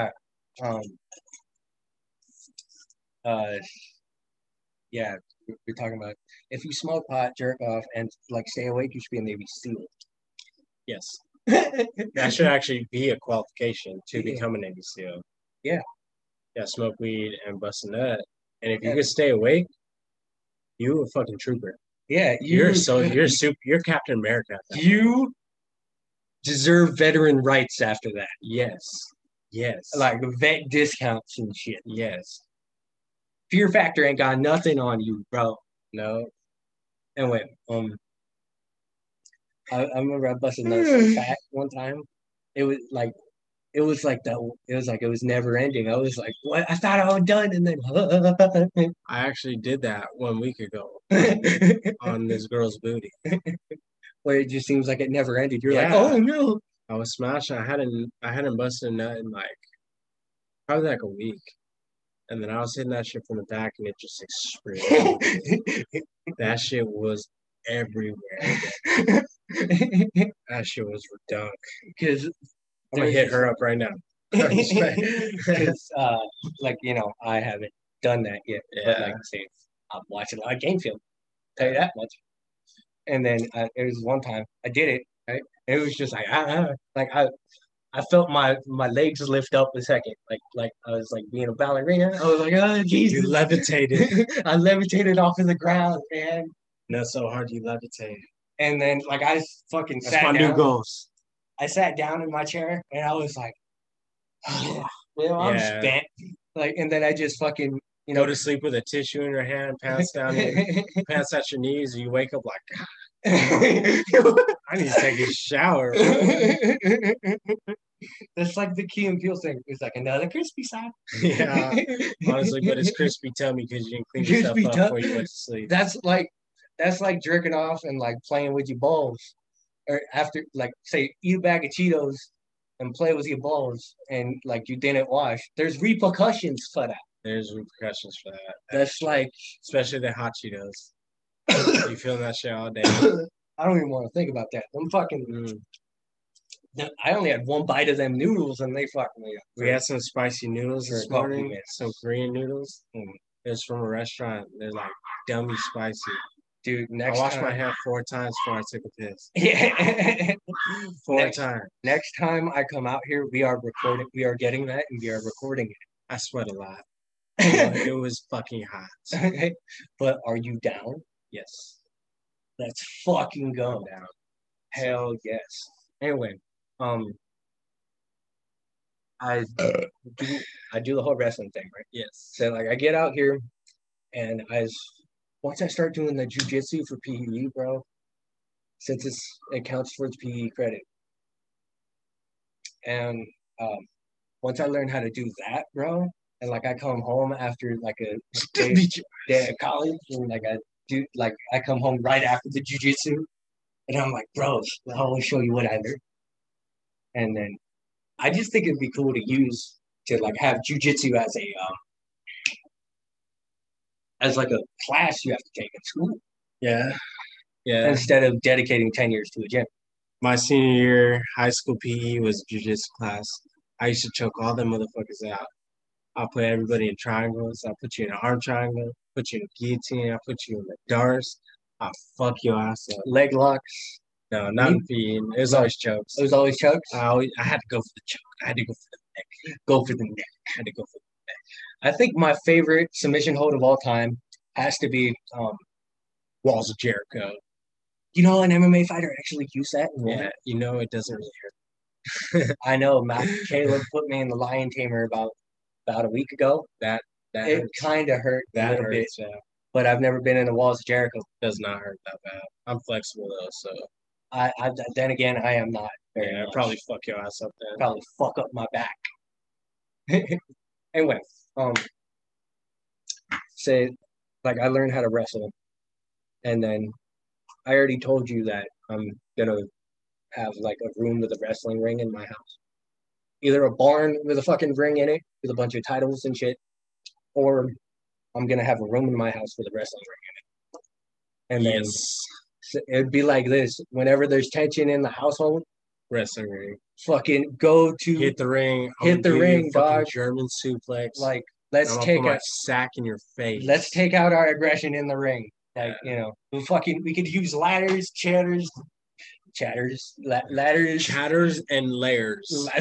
Speaker 1: right. Um. Uh. Yeah, we- we're talking about if you smoke pot, jerk off, and like stay awake, you should be a Navy
Speaker 2: Yes.
Speaker 1: SEAL.
Speaker 2: That should actually be a qualification to
Speaker 1: Yeah.
Speaker 2: become a Navy SEAL.
Speaker 1: Yeah.
Speaker 2: Yeah, smoke weed and bust a nut. And if you
Speaker 1: Yeah.
Speaker 2: could stay awake, you a fucking trooper.
Speaker 1: [laughs] yeah,
Speaker 2: You're so you're super you're Captain America. at that point.
Speaker 1: you deserve veteran rights after that,
Speaker 2: Yes. Yes.
Speaker 1: like vet discounts and shit.
Speaker 2: yes.
Speaker 1: Fear Factor ain't got nothing on you, bro.
Speaker 2: No.
Speaker 1: [sighs] Anyway, um, I, I remember I busted nuts so fat one time, it was like it was like that it was like it was never ending. I was like, what I thought I was done and then
Speaker 2: I actually did that one week
Speaker 1: [laughs]
Speaker 2: ago on this girl's booty.
Speaker 1: [laughs] where it just seems like it never ended. You're like,
Speaker 2: Yeah.
Speaker 1: oh [laughs] no.
Speaker 2: I was smashing. I hadn't I hadn't busted a nut in like probably like a week, and then I was hitting that shit from the back, and it
Speaker 1: [laughs]
Speaker 2: just exploded. that shit was everywhere. That shit was redone.
Speaker 1: Because
Speaker 2: I'm gonna hit her up [laughs] right now.
Speaker 1: because uh, like you know I haven't done that yet. But
Speaker 2: Yeah.
Speaker 1: like I say, I'm watching a lot of game film. Tell you that much. And then uh, it was one time I did it. Right, and it was just like ah, ah, like I. I felt my, my legs lift up a second, like like I was like being a ballerina. I was like, oh
Speaker 2: You
Speaker 1: Jesus!
Speaker 2: levitated.
Speaker 1: [laughs] I levitated off of the ground, man.
Speaker 2: Not so hard. You levitated.
Speaker 1: And then like I fucking
Speaker 2: That's
Speaker 1: sat
Speaker 2: my
Speaker 1: down.
Speaker 2: new goals.
Speaker 1: I sat down in my chair and I was like, [sighs] well, I'm
Speaker 2: Yeah.
Speaker 1: spent. Like, and then I just fucking, [laughs] you
Speaker 2: Go
Speaker 1: know,
Speaker 2: to sleep with a tissue in your hand, pants
Speaker 1: [laughs]
Speaker 2: down, your, pants at your knees, and you wake up like, God, I need to
Speaker 1: [laughs]
Speaker 2: take a shower.
Speaker 1: that's like the Key and Peele thing. It's like another crispy side.
Speaker 2: yeah, honestly, but it's crispy tummy because you didn't clean yourself
Speaker 1: Crispy
Speaker 2: up
Speaker 1: tum-
Speaker 2: before you went to
Speaker 1: [laughs]
Speaker 2: sleep.
Speaker 1: that's like that's like jerking off and like playing with your balls. Or after like say eat a bag of Cheetos and play with your balls and like you didn't wash. There's repercussions for that.
Speaker 2: There's repercussions for that,
Speaker 1: That's like
Speaker 2: especially the hot Cheetos. you feel that shit all day.
Speaker 1: I don't even want to think about that. I'm fucking.
Speaker 2: Mm.
Speaker 1: I only had one bite of them noodles and they fucked me up.
Speaker 2: We had some spicy noodles
Speaker 1: For a
Speaker 2: this
Speaker 1: couple
Speaker 2: morning,
Speaker 1: minutes.
Speaker 2: some Korean noodles.
Speaker 1: Mm.
Speaker 2: It was from a restaurant. They're like dummy spicy.
Speaker 1: dude. Next
Speaker 2: I washed
Speaker 1: time,
Speaker 2: my hand four times before I took a piss.
Speaker 1: [laughs] yeah.
Speaker 2: Four
Speaker 1: Next-
Speaker 2: times.
Speaker 1: Next time I come out here, we are recording. We are getting that and we are recording
Speaker 2: I sweat
Speaker 1: [laughs]
Speaker 2: a lot.
Speaker 1: it.
Speaker 2: it was fucking hot.
Speaker 1: but are you down?
Speaker 2: Yes.
Speaker 1: Let's fucking
Speaker 2: Calm
Speaker 1: go.
Speaker 2: down.
Speaker 1: Hell yes. Anyway, um, I do I do the whole wrestling thing, right?
Speaker 2: Yes.
Speaker 1: So like I get out here, and I s- once I start doing the jujitsu for PE, bro, since it's it counts towards PE credit, and um, once I learn how to do that, bro, and like I come home after like a day, day at college, and like I do like I come home right after the jujitsu, and I'm like, bro, I will show you what I learned, and then I just think it'd be cool to use to like have jujitsu as a um, as like a class you have to take at school
Speaker 2: Yeah. Yeah.
Speaker 1: instead of dedicating 10 years to a gym.
Speaker 2: My senior year high school PE was jujitsu class. I used to choke all them motherfuckers out. I'll put everybody in triangles. I'll put you in an arm triangle, put you in a guillotine, I'll put you in the darts. I'll fuck your ass up.
Speaker 1: Leg locks.
Speaker 2: No, not in PE. It was always chokes.
Speaker 1: It was always chokes.
Speaker 2: I, always, I had to go for the choke. I had to go for the neck. Go for the neck. I had to go for
Speaker 1: I think my favorite submission hold of all time has to be, um,
Speaker 2: the walls of Jericho.
Speaker 1: you know, an MMA fighter actually used that. and won
Speaker 2: Yeah,
Speaker 1: it.
Speaker 2: you know it doesn't really hurt.
Speaker 1: I know. Matt
Speaker 2: [laughs]
Speaker 1: Caleb put me in the Lion Tamer about about a week ago.
Speaker 2: That
Speaker 1: It
Speaker 2: hurts.
Speaker 1: kind of hurt a
Speaker 2: that
Speaker 1: little bit,
Speaker 2: hurts. Yeah,
Speaker 1: but I've never been in the walls of Jericho.
Speaker 2: does not hurt that bad. I'm flexible though, so
Speaker 1: I, I then again, I am not. Very
Speaker 2: yeah, I'd
Speaker 1: much.
Speaker 2: probably fuck your ass up then.
Speaker 1: probably fuck up my back. [laughs] anyway, um, say, like I learned how to wrestle, and then I already told you that I'm gonna have like a room with a wrestling ring in my house, either a barn with a fucking ring in it with a bunch of titles and shit, or I'm gonna have a room in my house with a wrestling ring in it. And then
Speaker 2: yes,
Speaker 1: s- it'd be like this: whenever there's tension in the household,
Speaker 2: wrestling ring.
Speaker 1: fucking go to
Speaker 2: Hit the ring. I'm
Speaker 1: Hit
Speaker 2: gonna
Speaker 1: the
Speaker 2: give you a
Speaker 1: ring,
Speaker 2: fucking
Speaker 1: dog.
Speaker 2: German suplex.
Speaker 1: like
Speaker 2: and
Speaker 1: let's
Speaker 2: I'm gonna
Speaker 1: take
Speaker 2: put my
Speaker 1: a,
Speaker 2: sack in your face.
Speaker 1: let's take out our aggression in the ring like you know we fucking we could use ladders chatters chatters la- ladders
Speaker 2: chatters and layers.
Speaker 1: [laughs]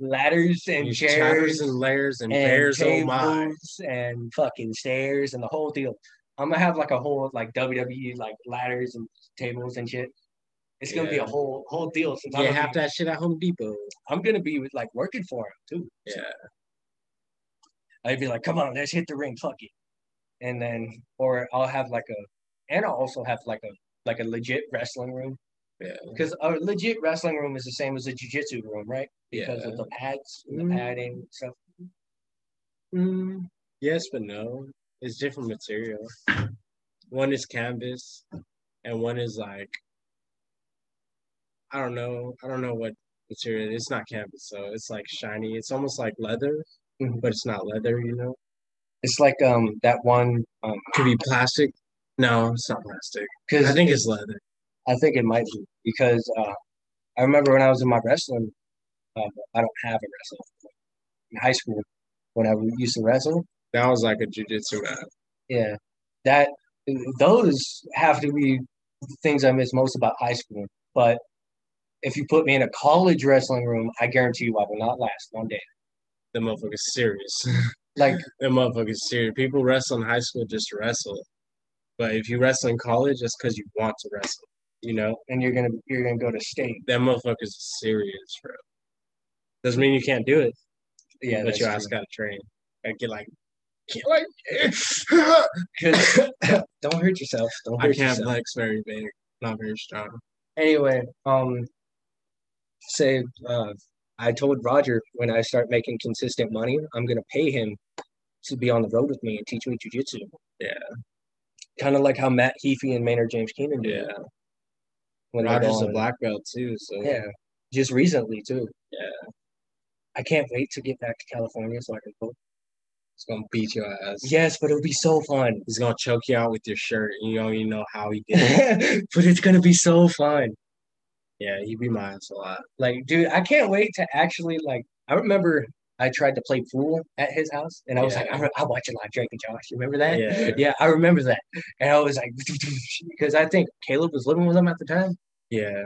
Speaker 1: ladders and
Speaker 2: Use
Speaker 1: chairs
Speaker 2: chatters and layers and,
Speaker 1: and
Speaker 2: bears. Oh my!
Speaker 1: tables and fucking stairs and the whole deal i'm gonna have like a whole like wwe like ladders and tables and shit it's gonna be a
Speaker 2: Yeah.
Speaker 1: whole whole deal since I'm,
Speaker 2: Yeah,
Speaker 1: gonna
Speaker 2: have
Speaker 1: be,
Speaker 2: that shit at Home Depot.
Speaker 1: I'm gonna be with like working for him too
Speaker 2: Yeah,
Speaker 1: I'd be like, come on, let's hit the ring, fuck it. And then, or I'll have like a, and I'll also have like a, like a legit wrestling room
Speaker 2: Yeah.
Speaker 1: Because a legit wrestling room is the same as a jujitsu room, right? Because
Speaker 2: Yeah.
Speaker 1: of the pads, and
Speaker 2: Mm.
Speaker 1: the padding and stuff.
Speaker 2: Mm, yes, but no. It's different material. One is canvas, and one is like I don't know. I don't know what material. It's not canvas, so it's like shiny. It's almost like leather,
Speaker 1: Mhm.
Speaker 2: but it's not leather. You know,
Speaker 1: It's like um that one um
Speaker 2: could be plastic. No, it's not plastic.
Speaker 1: because
Speaker 2: I think it's leather.
Speaker 1: I think it might be because uh, I remember when I was in my wrestling, uh, I don't have a wrestling club. in high school when I used to wrestle.
Speaker 2: That was like a jujitsu rap.
Speaker 1: Yeah, that those have to be the things I miss most about high school. But if you put me in a college wrestling room, I guarantee you I will not last one day.
Speaker 2: The motherfucker's serious. [laughs]
Speaker 1: Like
Speaker 2: the motherfucker's serious. People wrestle in high school just to wrestle, but if you wrestle in college, it's because you want to wrestle. You know.
Speaker 1: and you're gonna you're gonna go to state.
Speaker 2: that motherfucker's serious, bro. Doesn't mean you can't do it,
Speaker 1: Yeah,
Speaker 2: but your ass gotta train. I get like, get [laughs] like,
Speaker 1: because [laughs] don't hurt yourself. Don't
Speaker 2: I
Speaker 1: hurt [laughs]
Speaker 2: can't
Speaker 1: yourself.
Speaker 2: flex very big, not very strong.
Speaker 1: anyway, um, say uh, I told Roger when I start making consistent money, I'm gonna pay him to be on the road with me and teach me jujitsu.
Speaker 2: Yeah.
Speaker 1: Kind of like how Matt Heafy and Maynard James Keenan did
Speaker 2: Yeah,
Speaker 1: when they
Speaker 2: Roger's
Speaker 1: go
Speaker 2: a
Speaker 1: on-
Speaker 2: black belt too, so
Speaker 1: Yeah, just recently too.
Speaker 2: Yeah.
Speaker 1: I can't wait to get back to California so I can go.
Speaker 2: he's gonna beat your ass.
Speaker 1: Yes, but it'll be so fun.
Speaker 2: he's gonna choke you out with your shirt. and You don't even know how he
Speaker 1: [laughs]
Speaker 2: did. it.
Speaker 1: but it's gonna be so fun.
Speaker 2: yeah, he beat my ass a lot.
Speaker 1: Like, dude, I can't wait to actually like. I remember I tried to play fool at his house, and I was like,
Speaker 2: Yeah.
Speaker 1: I, re- I watch a lot of Drake and Josh. You remember that?
Speaker 2: Yeah.
Speaker 1: I remember that. And I was like, [laughs] because I think Caleb was living with him at the time,
Speaker 2: Yeah,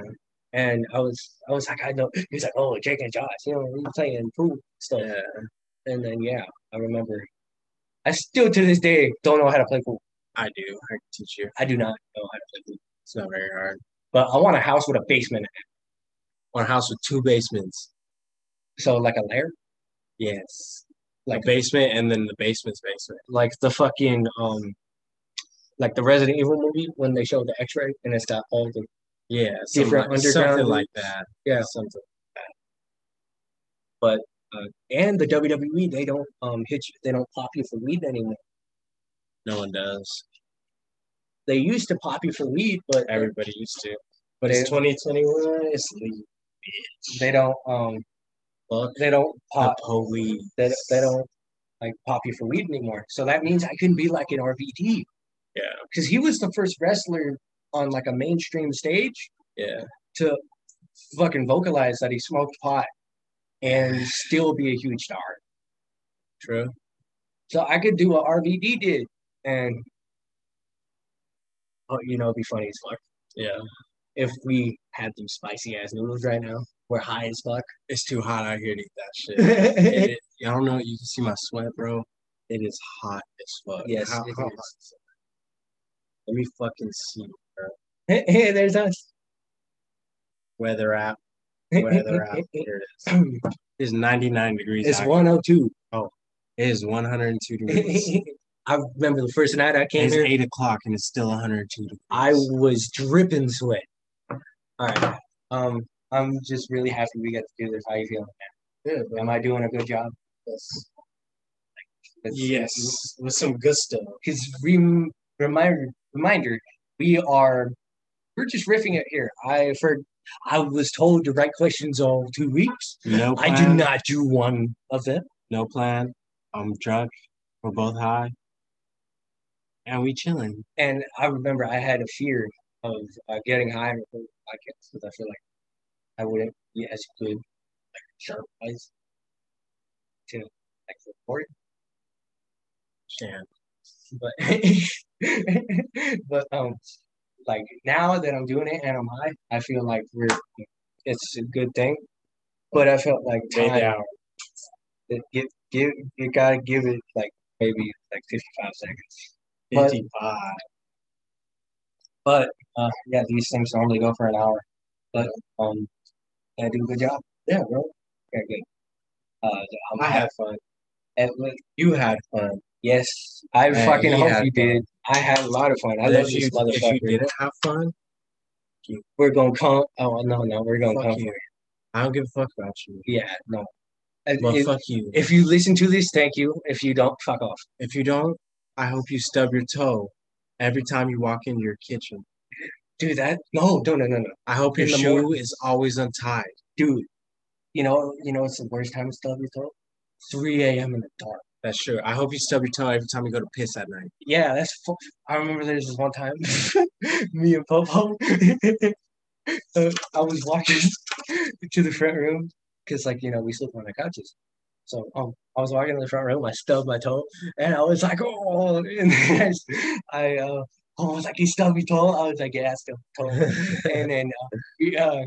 Speaker 1: and I was, I was like, I know. He was like, oh, Drake and Josh, you know, we playing fool stuff.
Speaker 2: yeah.
Speaker 1: And then yeah, I remember. I still to this day don't know how to play pool.
Speaker 2: I do. I can teach you.
Speaker 1: I do not know how to play pool.
Speaker 2: It's not very hard.
Speaker 1: But I want a house with a basement. in
Speaker 2: On a house with two basements.
Speaker 1: it. So like a lair,
Speaker 2: Yes. Like
Speaker 1: Like-
Speaker 2: basement and then the basement's basement.
Speaker 1: like the fucking um, like the Resident Evil movie when they show the X-ray and it's got all the
Speaker 2: Yeah, something
Speaker 1: Different
Speaker 2: like, something
Speaker 1: underground
Speaker 2: like that.
Speaker 1: Yeah.
Speaker 2: something.
Speaker 1: and the WWE they don't um hit you, they don't pop you for weed anymore.
Speaker 2: No one does.
Speaker 1: They used to pop you for weed, but
Speaker 2: Everybody used to.
Speaker 1: but
Speaker 2: It's
Speaker 1: it,
Speaker 2: 2021. It's the
Speaker 1: they don't um
Speaker 2: fuck
Speaker 1: they don't
Speaker 2: the
Speaker 1: pop
Speaker 2: police.
Speaker 1: they, they don't like pop you for weed anymore. So that means I couldn't be like an RVD.
Speaker 2: Yeah.
Speaker 1: because he was the first wrestler on like a mainstream stage
Speaker 2: Yeah,
Speaker 1: to fucking vocalize that he smoked pot and still be a huge star.
Speaker 2: true.
Speaker 1: So I could do what RVD did, and oh, you know, it'd be funny as fuck
Speaker 2: Yeah,
Speaker 1: if we had them spicy ass noodles right now. We're high as fuck.
Speaker 2: it's too hot out here to eat that
Speaker 1: [laughs]
Speaker 2: shit.
Speaker 1: yeah,
Speaker 2: It- I don't know. You can see my sweat, bro. It is hot as fuck.
Speaker 1: Yes,
Speaker 2: How-
Speaker 1: it
Speaker 2: how
Speaker 1: is.
Speaker 2: hot is it? Let me fucking see
Speaker 1: there's us.
Speaker 2: weather app. Weather app. Here it is. It's 99
Speaker 1: [clears throat]
Speaker 2: degrees.
Speaker 1: it's
Speaker 2: out.
Speaker 1: 102.
Speaker 2: It is
Speaker 1: [laughs]
Speaker 2: 102 degrees.
Speaker 1: I remember the first night I came
Speaker 2: it's
Speaker 1: here,
Speaker 2: eight o'clock and it's still 102 degrees.
Speaker 1: I was dripping sweat. All right. Um, I'm just really happy we got to do this. How you feeling?
Speaker 2: Yeah,
Speaker 1: man? Am I doing a good job? That's-
Speaker 2: yes, with some gusto.
Speaker 1: because rem- reminder, reminder, we are we're just riffing it here. I've heard I was told to write questions all two weeks.
Speaker 2: No plan.
Speaker 1: I do not do one of them.
Speaker 2: No plan. I'm drunk. We're both high. And we chilling.
Speaker 1: And I remember I had a fear of uh, getting high and recording podcasts because I feel like I wouldn't be as good, like sharp eyes to like record.
Speaker 2: Yeah.
Speaker 1: [laughs] but but um like now that I'm doing it and I'm high, I feel like we're it's a good thing. But I felt like
Speaker 2: Way
Speaker 1: time
Speaker 2: down.
Speaker 1: it, give give you gotta give it like maybe like fifty five seconds. But-
Speaker 2: 55.
Speaker 1: But uh, yeah, these things normally go for an hour. But um I do a good job. Yeah, bro. Okay, good. Uh, I'm
Speaker 2: I had
Speaker 1: happy.
Speaker 2: fun.
Speaker 1: And look,
Speaker 2: You had fun.
Speaker 1: yes, I
Speaker 2: Man,
Speaker 1: fucking
Speaker 2: he
Speaker 1: hope
Speaker 2: had
Speaker 1: you
Speaker 2: fun.
Speaker 1: did. I had a lot of fun. I
Speaker 2: But
Speaker 1: love
Speaker 2: if
Speaker 1: this
Speaker 2: you, if
Speaker 1: motherfucker.
Speaker 2: you didn't have fun, you.
Speaker 1: We're gonna come. Oh no, no, we're gonna
Speaker 2: Fuck
Speaker 1: come
Speaker 2: you.
Speaker 1: for it.
Speaker 2: I don't give a fuck about you.
Speaker 1: Yeah, no. And
Speaker 2: Well,
Speaker 1: If,
Speaker 2: fuck you.
Speaker 1: if you listen to this, thank you. If you don't, fuck off.
Speaker 2: If you don't, I hope you stub your toe every time you walk into your kitchen.
Speaker 1: Dude, that no, no, no, no, no,
Speaker 2: I hope your
Speaker 1: In the
Speaker 2: shoe
Speaker 1: morning.
Speaker 2: is always untied.
Speaker 1: dude. You know, you know, it's the worst time to stub your toe. 3 a.m. in the dark.
Speaker 2: That's sure. I hope you stub your toe every time you go to piss at night.
Speaker 1: Yeah, that's. Fu- I remember there was this one time, [laughs] me and Popo. uh, [laughs] I was walking [laughs] to the front room because, like, you know, we sleep on the couches. So, um, I was walking to the front room. I stubbed my toe, and I was like, "Oh!" [laughs] And then I, uh, Popo was like, "You stubbed your toe?" I was like, "Yeah, I stubbed my toe." and then uh, we, uh,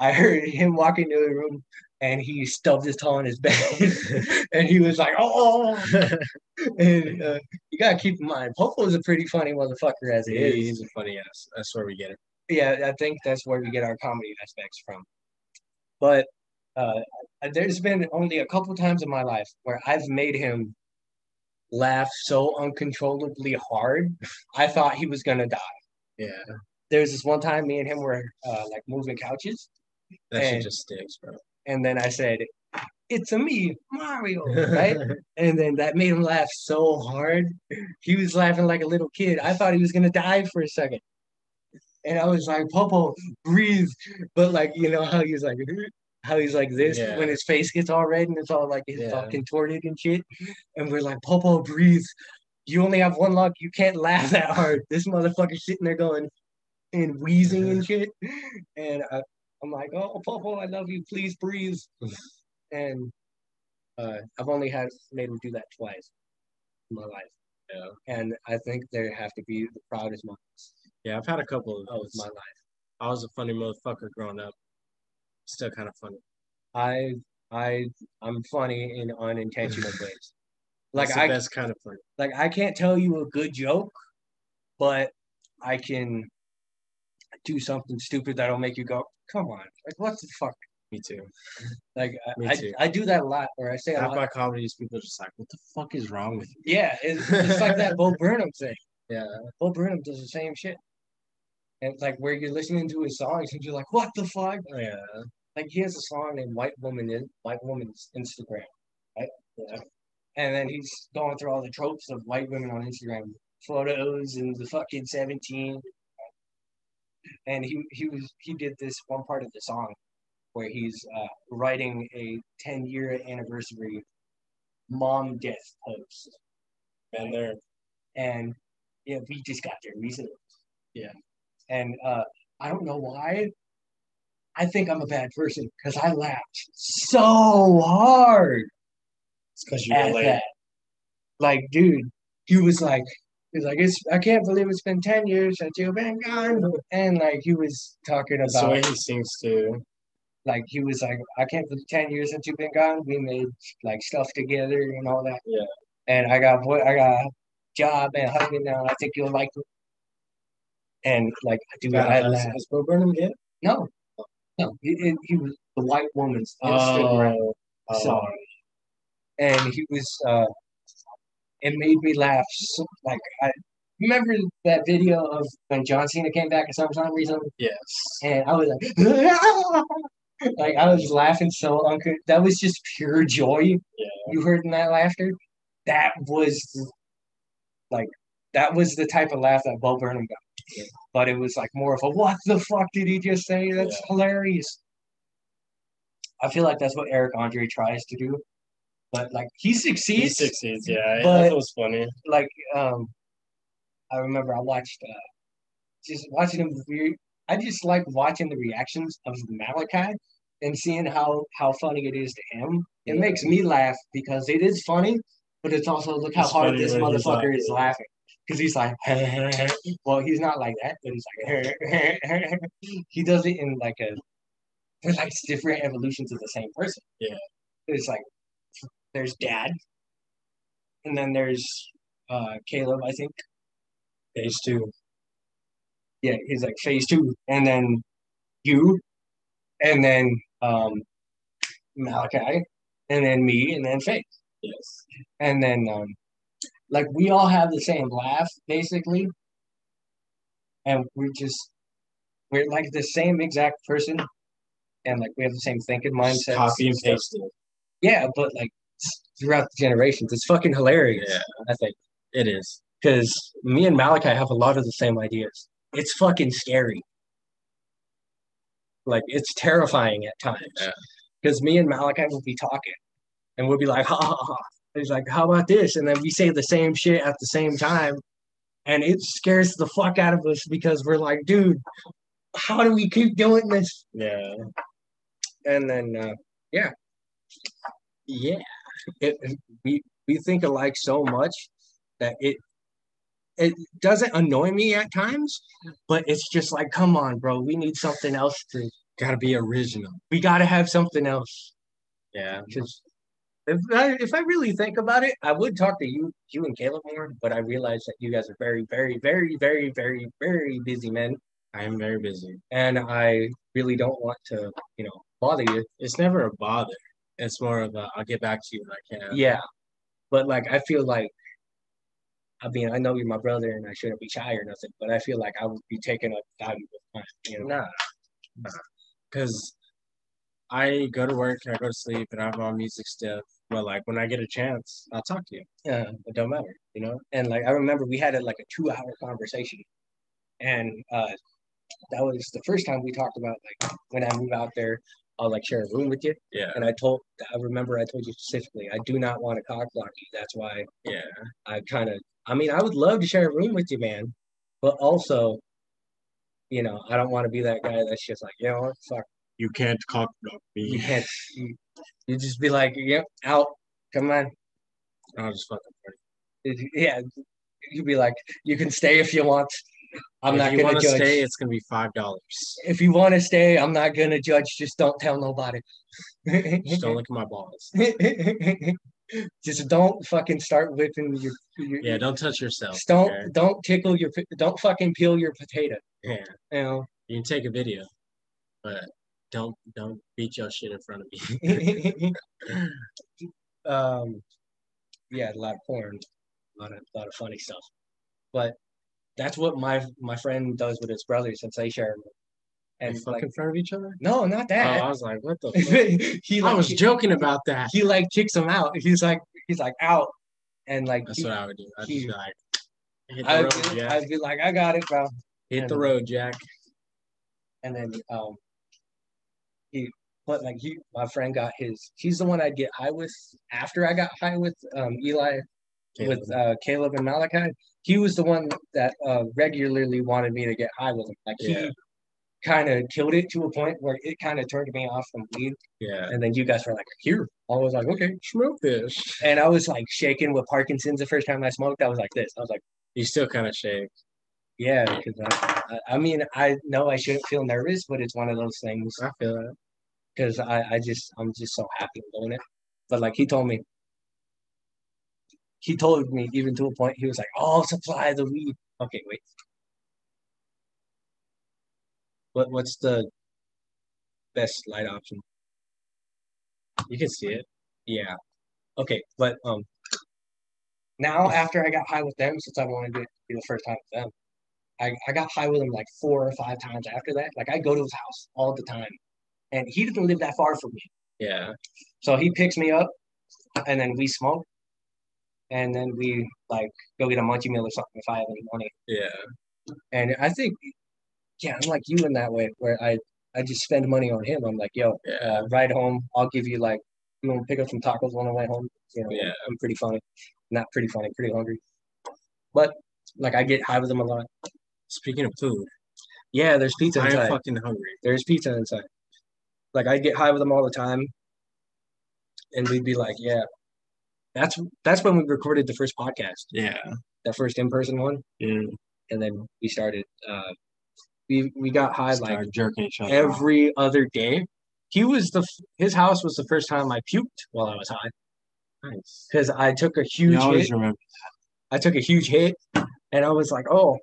Speaker 1: I heard him walk into the room, and he stubbed his toe on his [laughs] bed, and he was like, "Oh!" And uh, you gotta keep in mind, Popo's a pretty funny motherfucker as it is.
Speaker 2: He's a funny ass. That's where we get it.
Speaker 1: Yeah, I think that's where we get our comedy aspects from. But uh, there's been only a couple times in my life where I've made him laugh so uncontrollably hard, I thought he was gonna die.
Speaker 2: Yeah,
Speaker 1: There was this one time me and him were uh, like moving couches,
Speaker 2: that
Speaker 1: Hey.
Speaker 2: shit just sticks, bro.
Speaker 1: and then I said, "It's a me, Mario,"
Speaker 2: Oh,
Speaker 1: right? And then that made him laugh so hard. He was laughing like a little kid. I thought he was gonna die for a second. And I was like, Popo, breathe. But like, you know how he's like how he's like this
Speaker 2: Yeah.
Speaker 1: when his face gets all red and it's all like it's all
Speaker 2: Yeah.
Speaker 1: contorted and shit. And we're like, Popo, breathe. You only have one lung. You can't laugh that hard. This motherfucker's sitting there going and wheezing and shit. And I, I'm like, oh, Popo, I love you. Please breathe. And uh, I've only had made him do that twice in my life.
Speaker 2: Yeah.
Speaker 1: And I think they have to be the proudest moments
Speaker 2: [laughs] yeah, I've had a couple of
Speaker 1: of
Speaker 2: those.
Speaker 1: my life.
Speaker 2: I was a funny motherfucker growing up. Still kind of funny.
Speaker 1: I I I'm funny in unintentional ways. Like
Speaker 2: That's
Speaker 1: I
Speaker 2: the best kind of funny.
Speaker 1: like I can't tell you a good joke, but I can do something stupid that'll make you go, "Come on, like what the fuck?"
Speaker 2: Me too.
Speaker 1: Like I-
Speaker 2: Me too.
Speaker 1: I, I do that a lot, or I say a
Speaker 2: Half
Speaker 1: lot.
Speaker 2: my comedy is people just like, what the fuck is wrong with you?
Speaker 1: Yeah, it's, it's like
Speaker 2: [laughs]
Speaker 1: that Bo Burnham thing.
Speaker 2: Yeah.
Speaker 1: Bo Burnham does the same shit. And it's like where you're listening to his songs and you're like, "What the fuck?"
Speaker 2: Oh, Yeah.
Speaker 1: like he has a song named White Woman in White Woman's Instagram, right? Yeah. And then he's going through all the tropes of white women on Instagram photos and the fucking seventeen. And he he was he did this one part of the song where he's uh, writing a ten year anniversary mom death post,
Speaker 2: Been there.
Speaker 1: and yeah, we just got there recently.
Speaker 2: Yeah.
Speaker 1: And uh, I don't know why. I think I'm a bad person because I laughed so hard
Speaker 2: It's because you
Speaker 1: at
Speaker 2: relate.
Speaker 1: that. Like, dude, he was like, he was like, it's, I can't believe it's been 10 years since you've been gone. And like, he was talking
Speaker 2: That's the
Speaker 1: about,
Speaker 2: way he sings too.
Speaker 1: like, he was like, I can't believe 10 years since you've been gone. We made like stuff together and all that.
Speaker 2: Yeah.
Speaker 1: And I got, boy, I got a job and husband now. and I think you'll like it. And like, dude, I
Speaker 2: Yeah,
Speaker 1: laughed.
Speaker 2: is Bo Burnham gay?
Speaker 1: No, no, he, he- he was the white woman's Instagram
Speaker 2: Oh, oh.
Speaker 1: song, and he was. Uh, it made me laugh. So, like I remember that video of when John Cena came back at SummerSlam recently,
Speaker 2: Yes.
Speaker 1: and I was like, like [laughs] I was laughing so uncon. That was just pure joy. You heard in that laughter. That was like that was the type of laugh that Bo Burnham got. But it was like more of a what the fuck did he just say? That's hilarious. I feel like that's what Eric Andre tries to do. But like he
Speaker 2: He
Speaker 1: succeeds.
Speaker 2: succeeds, yeah.
Speaker 1: but-
Speaker 2: I thought it was funny.
Speaker 1: like um I remember I watched uh, just watching him weird I just like watching the reactions of Malachi and seeing how how funny it is to him. It
Speaker 2: Yeah.
Speaker 1: makes me laugh because it is funny, but it's also look how
Speaker 2: It's
Speaker 1: hard
Speaker 2: funny
Speaker 1: this
Speaker 2: when he's
Speaker 1: motherfucker
Speaker 2: laughing.
Speaker 1: is laughing. Because he's like, [laughs] well, he's not like that, but he's like, [laughs] he does it in like a, there's like different evolutions of the same person.
Speaker 2: Yeah.
Speaker 1: It's like, there's dad, and then there's uh, Caleb, I think.
Speaker 2: Phase two.
Speaker 1: Yeah, he's like phase two, and then you, and then um, Malachi, and then me, and then Faith,
Speaker 2: Yes.
Speaker 1: and then um, like we all have the same laugh basically, and we just We're like the same exact person, and like we have the same thinking
Speaker 2: Just
Speaker 1: mindset.
Speaker 2: copy and paste it.
Speaker 1: Yeah, but like s- throughout the generations, it's fucking hilarious.
Speaker 2: Yeah.
Speaker 1: I think
Speaker 2: It is.
Speaker 1: because me and Malachi have a lot of the same ideas. It's fucking scary. Like it's terrifying at times.
Speaker 2: Yeah.
Speaker 1: Because me and Malachi will be talking, and we'll be like, ha ha ha. He's like, how about this? And then we say the same shit at the same time, and it scares the fuck out of us because we're like, dude, how do we keep doing this?
Speaker 2: Yeah.
Speaker 1: And then, uh, yeah, yeah, it, it- we we think alike so much that it it doesn't annoy me at times, but it's just like, come on, bro, we need something else to.
Speaker 2: Gotta be original.
Speaker 1: We gotta have something else.
Speaker 2: Yeah.
Speaker 1: Because if I, if I really think about it, I would talk to you, you and Caleb more, but I realize that you guys are very, very, very, very, very, very busy men,
Speaker 2: I am very busy.
Speaker 1: and I really don't want to, you know, bother you.
Speaker 2: It's never a bother. It's more of a I'll get back to you when I can.
Speaker 1: Yeah, but like I feel like, I mean, I know you're my brother, and I shouldn't be shy or nothing, but I feel like I would be taking up valuable time. You know?
Speaker 2: Nah. Cause I go to work and I go to sleep and I'm on music stuff. But like when I get a chance, I'll talk to you.
Speaker 1: Yeah.
Speaker 2: It don't matter, you know?
Speaker 1: and like I remember we had a, like a two hour conversation, and uh, that was the first time we talked about like when I move out there, I'll like share a room with you.
Speaker 2: Yeah.
Speaker 1: And I told, I remember I told you specifically, I do not want to cock block you. That's why
Speaker 2: Yeah.
Speaker 1: I kind of, I mean, I would love to share a room with you, man, but also, you know, I don't want to be that guy that's just like, you know what, fuck,
Speaker 2: You can't cock block [laughs]
Speaker 1: you
Speaker 2: me.
Speaker 1: can't, you, you just be like, yep, out, come on,
Speaker 2: I'll just fucking party.
Speaker 1: yeah, you'd be like, you can stay if you want. I'm
Speaker 2: if
Speaker 1: not
Speaker 2: you
Speaker 1: gonna
Speaker 2: wanna
Speaker 1: judge.
Speaker 2: stay, it's gonna be five dollars.
Speaker 1: if you want to stay, I'm not gonna judge. Just don't tell nobody. [laughs]
Speaker 2: Just don't look at my balls.
Speaker 1: Just don't fucking start whipping your. your
Speaker 2: Yeah, don't touch yourself.
Speaker 1: just don't
Speaker 2: okay?
Speaker 1: don't tickle your. p- Don't fucking peel your potato.
Speaker 2: Yeah.
Speaker 1: You know.
Speaker 2: You can take a video, but don't don't beat your shit in front of me.
Speaker 1: [laughs] um, yeah, a lot of porn, a lot of a lot of funny stuff, but that's what my my friend does with his brother since they share. a room. [laughs]
Speaker 2: And
Speaker 1: And
Speaker 2: fuck
Speaker 1: like,
Speaker 2: in front of each other?
Speaker 1: no, not
Speaker 2: Oh,
Speaker 1: that. [laughs]
Speaker 2: I was like, what the fuck?
Speaker 1: he
Speaker 2: I
Speaker 1: like,
Speaker 2: was joking about that.
Speaker 1: he like kicks him out. He's like he's like out, and like
Speaker 2: That's
Speaker 1: he-
Speaker 2: what I would do. I'd just be like, hit the
Speaker 1: I'd,
Speaker 2: road,
Speaker 1: be,
Speaker 2: Jack.
Speaker 1: I'd be like I got it, bro.
Speaker 2: hit the road, Jack.
Speaker 1: And then um, he but like he my friend got his. He's the one I get high with after I got high with um Eli with
Speaker 2: Caleb.
Speaker 1: uh, Caleb and Malachi. He was the one that uh, regularly wanted me to get high with him. Like
Speaker 2: Yeah.
Speaker 1: he kind of killed it to a point where it kind of turned me off from weed.
Speaker 2: yeah.
Speaker 1: And then you guys were like, here. I was like, okay.
Speaker 2: Smoke this.
Speaker 1: And I was like shaking with Parkinson's the first time I smoked. I was like this. I was like.
Speaker 2: You still kind of shake.
Speaker 1: Yeah, because I, I I mean, I know I shouldn't feel nervous, but it's one of those things
Speaker 2: I feel that.
Speaker 1: because I, I just, I'm just so happy I'm doing it. But like he told me, he told me even to a point, he was like, oh, I'll supply the weed. Okay, wait. What, what's the best light option?
Speaker 2: You can see it.
Speaker 1: Yeah. Okay, but um, now after I got high with them, since I wanted it to be the first time with them, I, I got high with him like four or five times after that. Like I go to his house all the time, and he doesn't live that far from me,
Speaker 2: Yeah.
Speaker 1: so he picks me up, and then we smoke, and then we like go get a munchie meal or something if I have any money.
Speaker 2: Yeah.
Speaker 1: And I think, yeah, I'm like you in that way where I I just spend money on him. I'm like, yo,
Speaker 2: Yeah.
Speaker 1: uh, ride home, I'll give you like you want to pick up some tacos on the way home, you know.
Speaker 2: Yeah.
Speaker 1: I'm pretty funny. Not pretty funny, pretty hungry. But like I get high with them a lot.
Speaker 2: Speaking of food,
Speaker 1: Yeah, there's pizza
Speaker 2: I am
Speaker 1: inside.
Speaker 2: fucking hungry.
Speaker 1: there's pizza inside. Like I get high with them all the time. And we'd be like, yeah. That's that's when we recorded the first podcast,
Speaker 2: Yeah.
Speaker 1: the first in person one.
Speaker 2: Yeah.
Speaker 1: And then we started uh we we got high like
Speaker 2: Start jerking each other. off.
Speaker 1: every other day. He was the f- his house was the first time I puked while I was high
Speaker 2: Nice.
Speaker 1: because I took a huge
Speaker 2: You
Speaker 1: hit.
Speaker 2: always remember.
Speaker 1: I took a huge hit, and I was like, oh,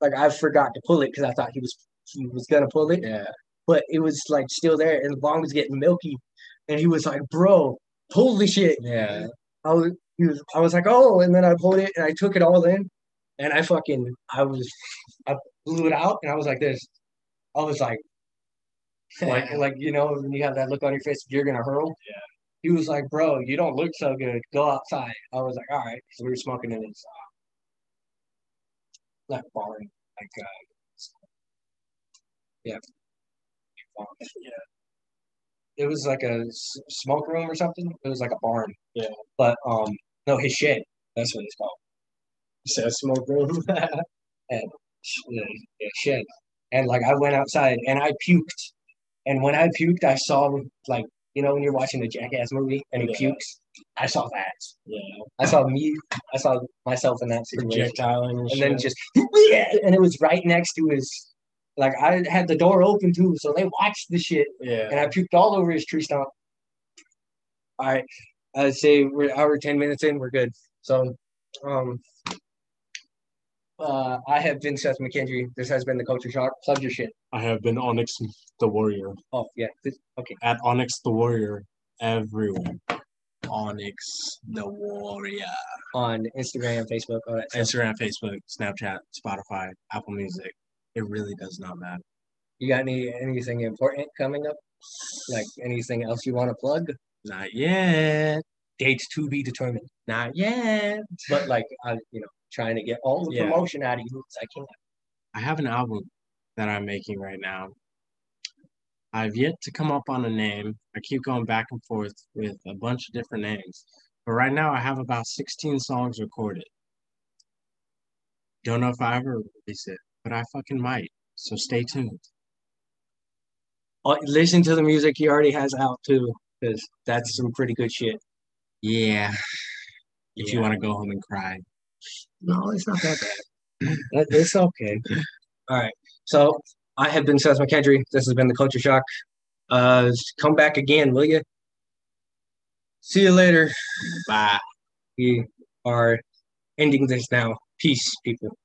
Speaker 1: like I forgot to pull it because I thought he was he was gonna pull it,
Speaker 2: Yeah.
Speaker 1: but it was like still there, and the bong was getting milky, and he was like, bro, pull the shit. [laughs]
Speaker 2: Yeah.
Speaker 1: I was, he was I was like, oh, and then I pulled it and I took it all in, and I fucking I was I blew it out, and I was like this, I was like,
Speaker 2: [laughs]
Speaker 1: like, like you know, when you have that look on your face, you're gonna hurl.
Speaker 2: Yeah.
Speaker 1: He was like, bro, you don't look so good. Go outside. I was like, all right. So we were smoking in his, uh, not barn, like, uh, yeah, barn. yeah. It was like a s- smoke room or something. It was like a barn.
Speaker 2: Yeah.
Speaker 1: But um, no, his shed. That's what it's called.
Speaker 2: So smoke
Speaker 1: [laughs]
Speaker 2: room.
Speaker 1: sh- uh, yeah, shed. And like I went outside and I puked. And when I puked, I saw like you know when you're watching the Jackass movie and he
Speaker 2: Yeah.
Speaker 1: pukes, I saw that.
Speaker 2: yeah.
Speaker 1: I saw me. I saw myself in that situation.
Speaker 2: Projectile and,
Speaker 1: And
Speaker 2: shit.
Speaker 1: then just [laughs] yeah, and it was right next to his. Like I had the door open too, so they watched the shit,
Speaker 2: yeah.
Speaker 1: and I puked all over his tree stump. All right, I'd say we're hour ten minutes in, we're good. So, um, uh, I have been Seth McKendry. This has been the Culture Shock. Plug your shit.
Speaker 2: I have been Onyx the Warrior
Speaker 1: Oh yeah, this, okay.
Speaker 2: at Onyx the Warrior everywhere. Onyx the Warrior.
Speaker 1: On Instagram, Facebook, all that. Stuff.
Speaker 2: Instagram, Facebook, Snapchat, Spotify, Apple Music. It really does not matter.
Speaker 1: You got any anything important coming up? Like anything else you want to plug?
Speaker 2: Not yet.
Speaker 1: Dates to be determined.
Speaker 2: Not yet.
Speaker 1: But like I, you know, trying to get all the
Speaker 2: Yeah.
Speaker 1: promotion out of you as I can.
Speaker 2: I have an album that I'm making right now. I've yet to come up on a name. I keep going back and forth with a bunch of different names. But right now I have about 16 songs recorded. Don't know if I ever release it, but I fucking might. So stay tuned.
Speaker 1: Uh, Listen to the music he already has out too, because that's some pretty good shit.
Speaker 2: Yeah. If
Speaker 1: Yeah.
Speaker 2: you want to go home and cry.
Speaker 1: No, it's not that bad. That- it's okay. [laughs] All right. So I have been Seth McKendry. This has been the Culture Shock. Uh, come back again, will you? See you later.
Speaker 2: Bye.
Speaker 1: We are ending this now. Peace, people.